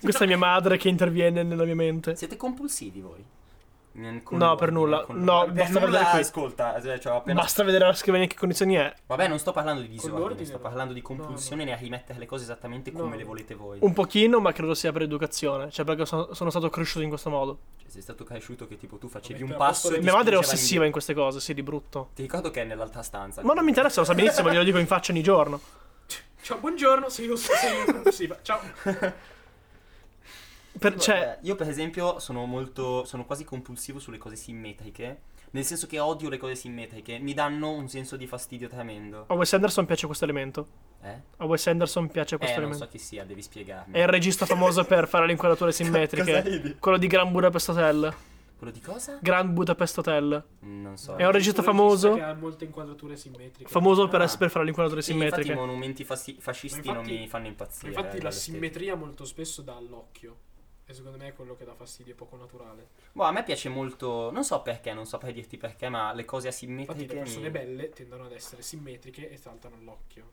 Speaker 2: Questa è mia madre che interviene nella mia mente.
Speaker 1: Siete compulsivi voi? Nel- con
Speaker 2: No,
Speaker 1: lui,
Speaker 2: per nulla.
Speaker 1: con lui.
Speaker 2: No,
Speaker 1: Per
Speaker 2: basta
Speaker 1: nulla,
Speaker 2: vedere qui.
Speaker 1: ascolta, cioè, cioè, ho appena...
Speaker 2: Basta vedere la scrivania in che condizioni è.
Speaker 1: Vabbè, non sto parlando di disordine,
Speaker 3: l'ordine,
Speaker 1: sto
Speaker 3: no.
Speaker 1: parlando di
Speaker 3: No,
Speaker 1: compulsione e a chi mette le cose esattamente
Speaker 3: No.
Speaker 1: come le volete voi.
Speaker 2: Un pochino, ma credo sia per educazione. Cioè, perché so- sono stato cresciuto in questo modo.
Speaker 1: Cioè, sei stato cresciuto che tipo tu facevi
Speaker 3: Mettere
Speaker 1: un
Speaker 3: a posto
Speaker 1: passo e
Speaker 3: le-
Speaker 1: ti
Speaker 2: Mia madre è
Speaker 1: spingeva indietro.
Speaker 2: ossessiva in queste cose, sì, di brutto.
Speaker 1: Ti ricordo che è nell'altra stanza.
Speaker 2: Ma non mi interessa, lo sa benissimo, glielo dico in faccia ogni giorno.
Speaker 3: Ciao, buongiorno, sei io, sei io compulsiva. Ciao.
Speaker 2: Per- cioè,
Speaker 1: Vabbè, io per esempio sono molto sono quasi compulsivo sulle cose simmetriche, nel senso che odio le cose simmetriche, mi danno un senso di fastidio tremendo.
Speaker 2: a Wes Anderson piace questo elemento.
Speaker 1: Eh?
Speaker 2: A Wes Anderson piace questo
Speaker 1: Eh, non so
Speaker 2: elemento.
Speaker 1: chi sia, devi spiegarmi.
Speaker 2: È il regista famoso per fare le inquadrature
Speaker 1: Cosa
Speaker 2: simmetriche.
Speaker 1: ridi?
Speaker 2: Quello di Grand Budapest Hotel.
Speaker 1: Quello di cosa?
Speaker 2: Grand Budapest Hotel.
Speaker 1: Non so.
Speaker 2: È un regista famoso.
Speaker 3: Che ha molte inquadrature simmetriche.
Speaker 2: Famoso per,
Speaker 1: Ah.
Speaker 2: es- per fare le inquadrature
Speaker 1: Sì, infatti i
Speaker 2: simmetriche.
Speaker 1: monumenti fasci- fascisti
Speaker 3: Ma infatti-
Speaker 1: non mi fanno impazzire.
Speaker 3: Infatti
Speaker 1: eh,
Speaker 3: la
Speaker 1: dalle
Speaker 3: simmetria molto spesso dà all'occhio. E secondo me è quello che dà fastidio, è poco naturale.
Speaker 1: stesse. Boh, a me piace molto, non so perché, non saprei dirti perché, ma le cose
Speaker 3: Infatti
Speaker 1: asimmetriche
Speaker 3: le persone
Speaker 1: mi-
Speaker 3: belle tendono ad essere simmetriche e saltano all'occhio.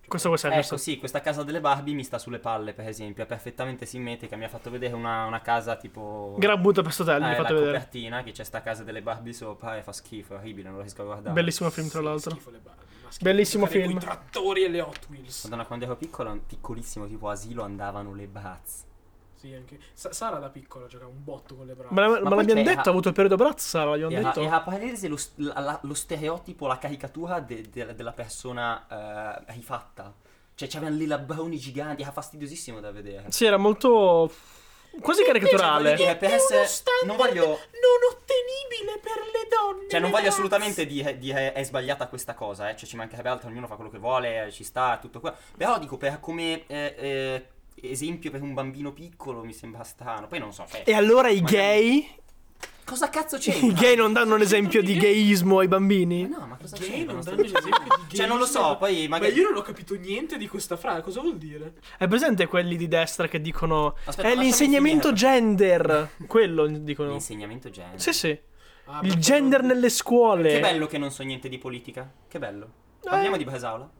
Speaker 3: Cioè,
Speaker 2: Questo è Wes
Speaker 1: Ecco
Speaker 2: Anderson.
Speaker 1: sì, questa casa delle Barbie mi sta sulle palle per esempio, è perfettamente simmetrica, mi ha fatto vedere una, una casa tipo...
Speaker 2: Grand Budapest
Speaker 1: Ah,
Speaker 2: Hotel, mi
Speaker 1: è
Speaker 2: hai
Speaker 1: la
Speaker 2: fatto vedere.
Speaker 1: copertina che c'è sta casa delle Barbie sopra e fa schifo, è orribile, non lo riesco a guardare.
Speaker 2: Bellissimo film, tra
Speaker 3: Sì,
Speaker 2: l'altro.
Speaker 3: schifo le Barbie, ma schifo
Speaker 2: Bellissimo
Speaker 3: giocare
Speaker 2: film.
Speaker 3: coi trattori e le Hot Wheels.
Speaker 1: Madonna, quando ero piccolo, piccolissimo, tipo asilo, andavano le Bratz.
Speaker 3: Sì, anche. Sa- Sara da piccola giocava un botto con le braccia.
Speaker 2: Ma, la- ma
Speaker 1: poi
Speaker 2: l'abbiamo
Speaker 1: c'è-
Speaker 2: detto, ha avuto il periodo brazza, l'abbiamo
Speaker 1: Era,
Speaker 2: detto.
Speaker 1: era palese lo, st- la- la- lo stereotipo, la caricatura de- de- della persona eh, rifatta. Cioè, c'erano le labbroni giganti, era fastidiosissimo da vedere.
Speaker 2: Sì, era molto... Quasi
Speaker 1: voglio
Speaker 2: caricaturale.
Speaker 1: dire, Cioè, per essere- non voglio-
Speaker 3: non ottenibile per le donne.
Speaker 1: Cioè, non voglio
Speaker 3: le Bratz.
Speaker 1: assolutamente dire, dire è sbagliata questa cosa, eh. Cioè, ci mancherebbe altro, ognuno fa quello che vuole, ci sta, tutto qua. Però dico, per come eh, eh, esempio per un bambino piccolo mi sembra strano. Poi non so, cioè,
Speaker 2: E allora i
Speaker 1: Ma-
Speaker 2: gay?
Speaker 1: cosa cazzo c'entra?
Speaker 2: I gay non danno un esempio di gayismo ai bambini?
Speaker 1: Ma no, ma cosa
Speaker 3: Gay
Speaker 1: c'entra?
Speaker 3: non
Speaker 1: sta
Speaker 3: danno
Speaker 1: dicendo-
Speaker 3: l'esempio di gay.
Speaker 1: Cioè, non lo so, poi
Speaker 3: Ma
Speaker 1: magari...
Speaker 3: io non ho capito niente di questa frase, cosa vuol dire?
Speaker 2: È presente quelli di destra che dicono
Speaker 1: Aspetta,
Speaker 2: è
Speaker 1: lasciami
Speaker 2: l'insegnamento
Speaker 1: finire.
Speaker 2: gender. Quello dicono.
Speaker 1: L'insegnamento genere.
Speaker 2: Sì, sì.
Speaker 3: Ah,
Speaker 2: Il
Speaker 3: perché
Speaker 2: gender
Speaker 3: non-
Speaker 2: nelle
Speaker 1: Che
Speaker 2: scuole.
Speaker 1: bello che non so niente di politica. Che bello.
Speaker 2: Eh.
Speaker 1: Parliamo di Bresaola.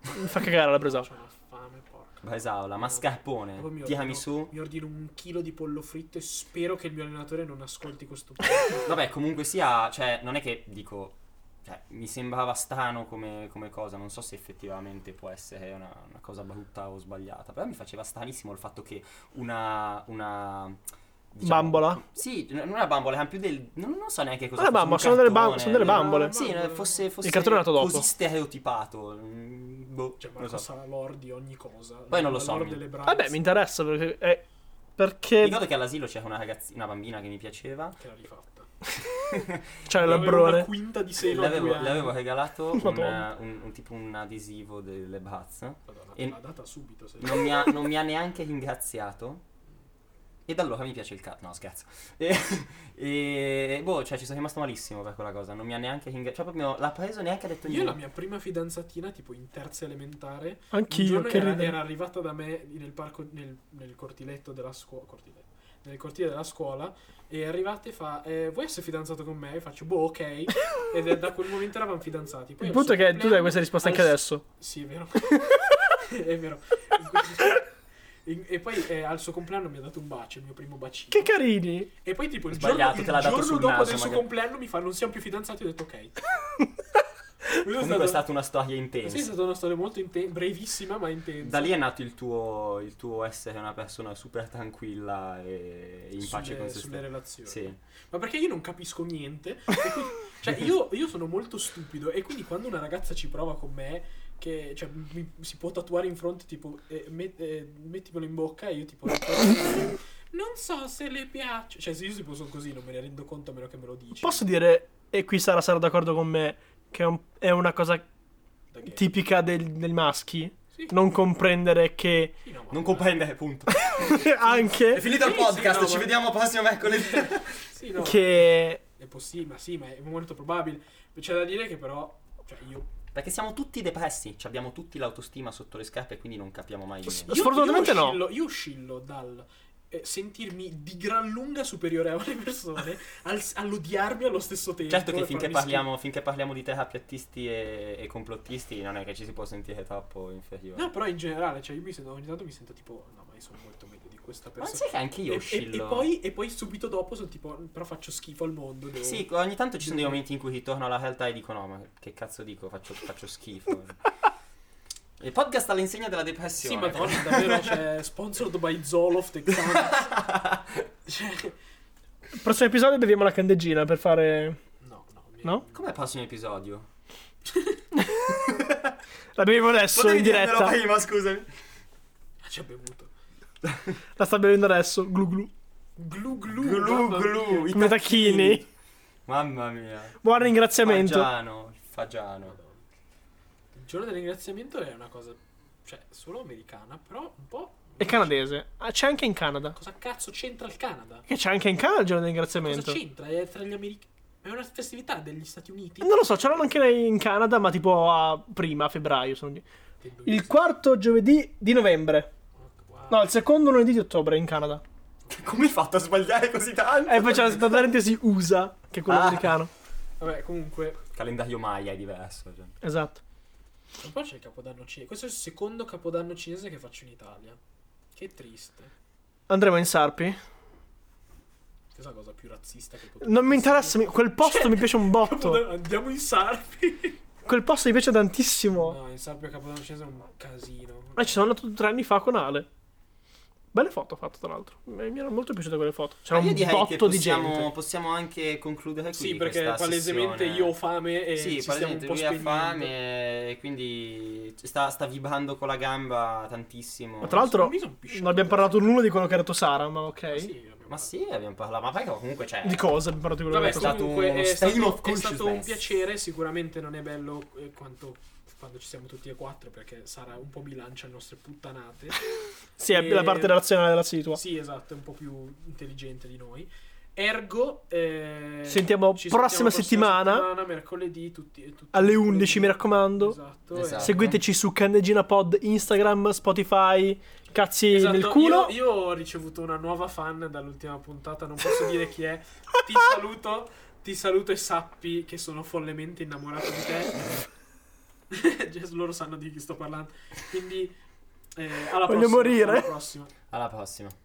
Speaker 2: Fa cagare la presa.
Speaker 1: Cioè,
Speaker 3: C'ho una fame, porca.
Speaker 1: Eh, Bresaola,
Speaker 3: Oh.
Speaker 1: mascarpone,
Speaker 3: Dopo mi ordino-
Speaker 1: tiramisù.
Speaker 3: Mi ordino un chilo di pollo fritto e spero che il mio allenatore non ascolti questo
Speaker 1: Vabbè, comunque sia, cioè, non è che dico. Cioè, mi sembrava strano come, come cosa, non so se effettivamente può essere una, una cosa brutta o sbagliata, però mi faceva stranissimo il fatto che una. una diciamo,
Speaker 2: Bambola?
Speaker 1: Sì, n- non una bambola, era più del. Non, non so neanche cosa. fosse, un
Speaker 2: Una Ah, bambola, sono delle bam-
Speaker 1: cartone.
Speaker 2: sono delle bambole.
Speaker 1: Sì, eh, fosse, fosse
Speaker 2: Il cartone è nato dopo.
Speaker 1: così stereotipato. mm, Boh,
Speaker 3: Cioè,
Speaker 1: non lo
Speaker 3: Marco
Speaker 1: so.
Speaker 3: sarà lord di ogni cosa.
Speaker 1: Poi non lo
Speaker 3: La
Speaker 1: so,
Speaker 3: lord
Speaker 1: mi-
Speaker 3: delle braccia.
Speaker 2: Vabbè, mi interessa perché. eh,
Speaker 1: Mi
Speaker 2: perché.
Speaker 1: ricordo che all'asilo c'era una ragazzina, una bambina che mi piaceva.
Speaker 3: Che l'ha rifatta.
Speaker 2: C'è il
Speaker 3: Avevo Una
Speaker 2: labbrone.
Speaker 3: quinta di seno. a
Speaker 1: L'avevo,
Speaker 3: due anni.
Speaker 1: l'avevo regalato un,
Speaker 2: Madonna.
Speaker 1: un- un tipo un adesivo delle Bratz.
Speaker 3: Madonna,
Speaker 1: E-
Speaker 3: l'ha data subito. Se...
Speaker 1: Non mi, ha, non mi ha neanche ringraziato. E da allora mi piace il cazzo. No, scherzo. E, e- boh, cioè, ci sono rimasto malissimo per quella cosa. Non mi ha neanche ringraziato. Cioè, proprio l'ha preso e neanche ha detto
Speaker 3: Io
Speaker 1: niente.
Speaker 3: la mia prima fidanzatina, tipo in terza elementare, un
Speaker 2: Anch'io,
Speaker 3: giorno
Speaker 2: che
Speaker 3: era,
Speaker 2: ridere.
Speaker 3: era arrivata da me nel, parco, nel, nel cortiletto della scuola. Nel cortile della scuola e è arrivata e fa: eh, Vuoi essere fidanzato con me? E faccio, boh, ok. Ed è da quel momento eravamo fidanzati. Poi
Speaker 2: Il
Speaker 3: al
Speaker 2: punto è
Speaker 3: suo
Speaker 2: che tu dai
Speaker 3: compleanno-
Speaker 2: questa risposta
Speaker 3: al
Speaker 2: anche
Speaker 3: suo-
Speaker 2: adesso.
Speaker 3: Sì, è vero. è vero. In- E poi eh, al suo compleanno mi ha dato un bacio, il mio primo bacino.
Speaker 2: Che carini.
Speaker 3: E poi tipo il giorno,
Speaker 1: Sbagliato,
Speaker 3: il
Speaker 1: te l'ha dato
Speaker 3: giorno
Speaker 1: sul
Speaker 3: dopo
Speaker 1: naso,
Speaker 3: del suo
Speaker 1: magari.
Speaker 3: compleanno mi fa non siamo più fidanzati ho detto ok. Questo
Speaker 1: Comunque è
Speaker 3: stato-
Speaker 1: stata una storia intensa.
Speaker 3: sì, è stata una storia molto intensa, brevissima ma intensa.
Speaker 1: Da lì è nato il tuo, il tuo essere una persona super tranquilla e in pace
Speaker 3: sulle,
Speaker 1: con se
Speaker 3: sulle
Speaker 1: stessa.
Speaker 3: relazioni.
Speaker 1: Sì.
Speaker 3: Ma perché io non capisco niente? e quindi- cioè io, io sono molto stupido e quindi quando una ragazza ci prova con me che cioè, mi- si può tatuare in fronte tipo eh, met- eh, mettimelo in bocca e io tipo non so se le piace. Cioè se io tipo sono così non me ne rendo conto a meno che me lo dici.
Speaker 2: Posso dire, e qui Sara sarà d'accordo con me, che è, un- è una cosa
Speaker 3: Da gay.
Speaker 2: tipica del- dei maschi?
Speaker 3: Sì.
Speaker 2: Non comprendere che
Speaker 3: Sì, no, ma-
Speaker 1: Non comprendere, punto. È
Speaker 2: anche
Speaker 1: finito il
Speaker 3: Sì, sì,
Speaker 1: podcast,
Speaker 3: no,
Speaker 1: ci
Speaker 3: ma-
Speaker 1: vediamo prossimo mercoledì.
Speaker 3: Sì, no.
Speaker 2: che
Speaker 3: È possibile, ma sì, ma è molto probabile. C'è da dire che però, cioè io...
Speaker 1: Perché siamo tutti depressi, ci abbiamo tutti l'autostima sotto le scarpe e quindi non capiamo mai niente.
Speaker 3: io-
Speaker 2: Sfortunatamente
Speaker 3: io
Speaker 2: no.
Speaker 3: oscillo- Io oscillo dal eh, sentirmi di gran lunga superiore a le persone al- all'odiarmi allo stesso tempo.
Speaker 1: Certo che
Speaker 3: e
Speaker 1: finché
Speaker 3: farmi
Speaker 1: parliamo, finché parliamo di terapiattisti e, e complottisti non è che ci si può sentire troppo
Speaker 3: schifo.
Speaker 1: inferiori.
Speaker 3: No, però in generale, cioè io mi sento, ogni tanto mi sento tipo, no, ma io sono molto meglio di questa
Speaker 1: Ma non sai
Speaker 3: persona.
Speaker 1: che anche io
Speaker 3: E- e,
Speaker 1: oscillo.
Speaker 3: e poi, e poi subito dopo sono tipo, però faccio schifo al mondo. Devo...
Speaker 1: Sì, ogni tanto ci sono dei momenti in cui ti torno alla realtà e dico no, ma che cazzo dico, faccio, faccio schifo. Il podcast all'insegna della
Speaker 3: Sì,
Speaker 1: depressione.
Speaker 3: ma forse davvero c'è sponsored by Zoloft e cioè,
Speaker 2: Il prossimo episodio beviamo la candeggina per fare...
Speaker 3: No, no. mi-
Speaker 2: No?
Speaker 1: Com'è il prossimo episodio?
Speaker 2: La beviamo adesso in diretta.
Speaker 1: dirmelo prima, scusami.
Speaker 3: Ci ha bevuto.
Speaker 2: La sta bevendo adesso. Glu glu.
Speaker 3: Glu glu.
Speaker 1: Glu
Speaker 3: mamma
Speaker 1: glu,
Speaker 3: mia.
Speaker 1: i
Speaker 2: Come tacchini.
Speaker 1: Mamma mia.
Speaker 2: Buon ringraziamento.
Speaker 1: Fagiano, il fagiano.
Speaker 3: Madonna. Il giorno del ringraziamento è una cosa, cioè, solo americana, però un po'...
Speaker 2: È canadese. Ah, c'è anche in Canada.
Speaker 3: Cosa cazzo c'entra il Canada?
Speaker 2: Che c'è anche in Canada il giorno del
Speaker 3: Cosa
Speaker 2: ringraziamento.
Speaker 3: c'entra? È tra gli americani... È una festività degli Stati Uniti?
Speaker 2: Non lo so, c'erano anche in Canada, ma tipo a prima, a febbraio. sono lì.
Speaker 3: Del-
Speaker 2: Il quarto giovedì di novembre.
Speaker 3: Wow.
Speaker 2: No, il secondo lunedì di ottobre in Canada.
Speaker 1: Come hai fatto a sbagliare così tanto?
Speaker 2: E poi c'è la parentesi USA, che è quello
Speaker 1: Ah.
Speaker 2: americano.
Speaker 3: Vabbè, comunque...
Speaker 1: Calendario Maya è diverso. cioè.
Speaker 2: Esatto.
Speaker 3: E poi c'è il capodanno cinese. Questo è il secondo capodanno cinese che faccio in Italia. Che triste.
Speaker 2: Andremo in Sarpi.
Speaker 3: Questa è la cosa più razzista che potrebbe
Speaker 2: Non mi
Speaker 3: essere.
Speaker 2: interessa, mi- quel posto mi piace
Speaker 1: Cioè,
Speaker 2: un botto.
Speaker 3: Capodanno- Andiamo in Sarpi.
Speaker 2: Quel posto mi piace tantissimo.
Speaker 3: No, in Sarpi a Capodanno Cinese è un casino.
Speaker 2: Ma ci sono andato tre anni fa con Ale. Belle foto ho fatto, tra l'altro. Mi mi erano molto piaciute quelle foto. C'era
Speaker 1: Ma Ah, io
Speaker 2: un
Speaker 1: direi che
Speaker 2: botto di
Speaker 1: possiamo,
Speaker 2: gente.
Speaker 1: possiamo anche concludere qui
Speaker 3: Sì, perché
Speaker 1: questa
Speaker 3: palesemente
Speaker 1: sessione.
Speaker 3: io ho fame e
Speaker 1: Sì,
Speaker 3: ci stiamo un
Speaker 1: palesemente
Speaker 3: po'
Speaker 1: lui ha
Speaker 3: spegnendo.
Speaker 1: fame e quindi sta, sta vibrando con la gamba tantissimo.
Speaker 2: Ma tra l'altro,
Speaker 3: Mi son pisciato.
Speaker 2: non abbiamo parlato nulla di quello che era detto Sara, ma ok.
Speaker 3: Ah, sì, abbiamo-
Speaker 1: Ma sì, abbiamo parlato, ma perché comunque c'è...
Speaker 2: Di cosa abbiamo parlato di quello
Speaker 3: Vabbè,
Speaker 2: che era detto
Speaker 1: stato
Speaker 3: comunque
Speaker 1: uno
Speaker 3: è
Speaker 1: strain
Speaker 3: stato,
Speaker 1: of
Speaker 3: è stato un
Speaker 1: consciousness.
Speaker 3: piacere. Sicuramente non è bello eh, quanto quando ci siamo tutti e quattro, perché sarà un po' bilancia le nostre puttanate.
Speaker 2: Sì, è
Speaker 3: Eh,
Speaker 2: la parte razionale della situa.
Speaker 3: Sì, esatto, è un po' più intelligente di noi. Ergo, eh,
Speaker 2: Ci sentiamo
Speaker 3: ci
Speaker 2: prossima
Speaker 3: sentiamo
Speaker 2: settimana.
Speaker 3: mercoledì, tutti, tutti
Speaker 2: Alle
Speaker 3: mercoledì.
Speaker 2: 11, mi raccomando.
Speaker 3: Esatto.
Speaker 1: Esatto.
Speaker 3: eh.
Speaker 2: Seguiteci su Candeggina Pod, Instagram, Spotify. Cazzi
Speaker 3: Esatto,
Speaker 2: nel culo.
Speaker 3: Io, io ho ricevuto una nuova fan dall'ultima puntata, non posso dire chi è. Ti saluto, ti saluto e sappi che sono follemente innamorato di te. Just loro sanno di chi sto parlando. Quindi, eh, alla
Speaker 2: Voglio
Speaker 3: prossima,
Speaker 2: morire.
Speaker 3: alla prossima.
Speaker 1: Alla prossima.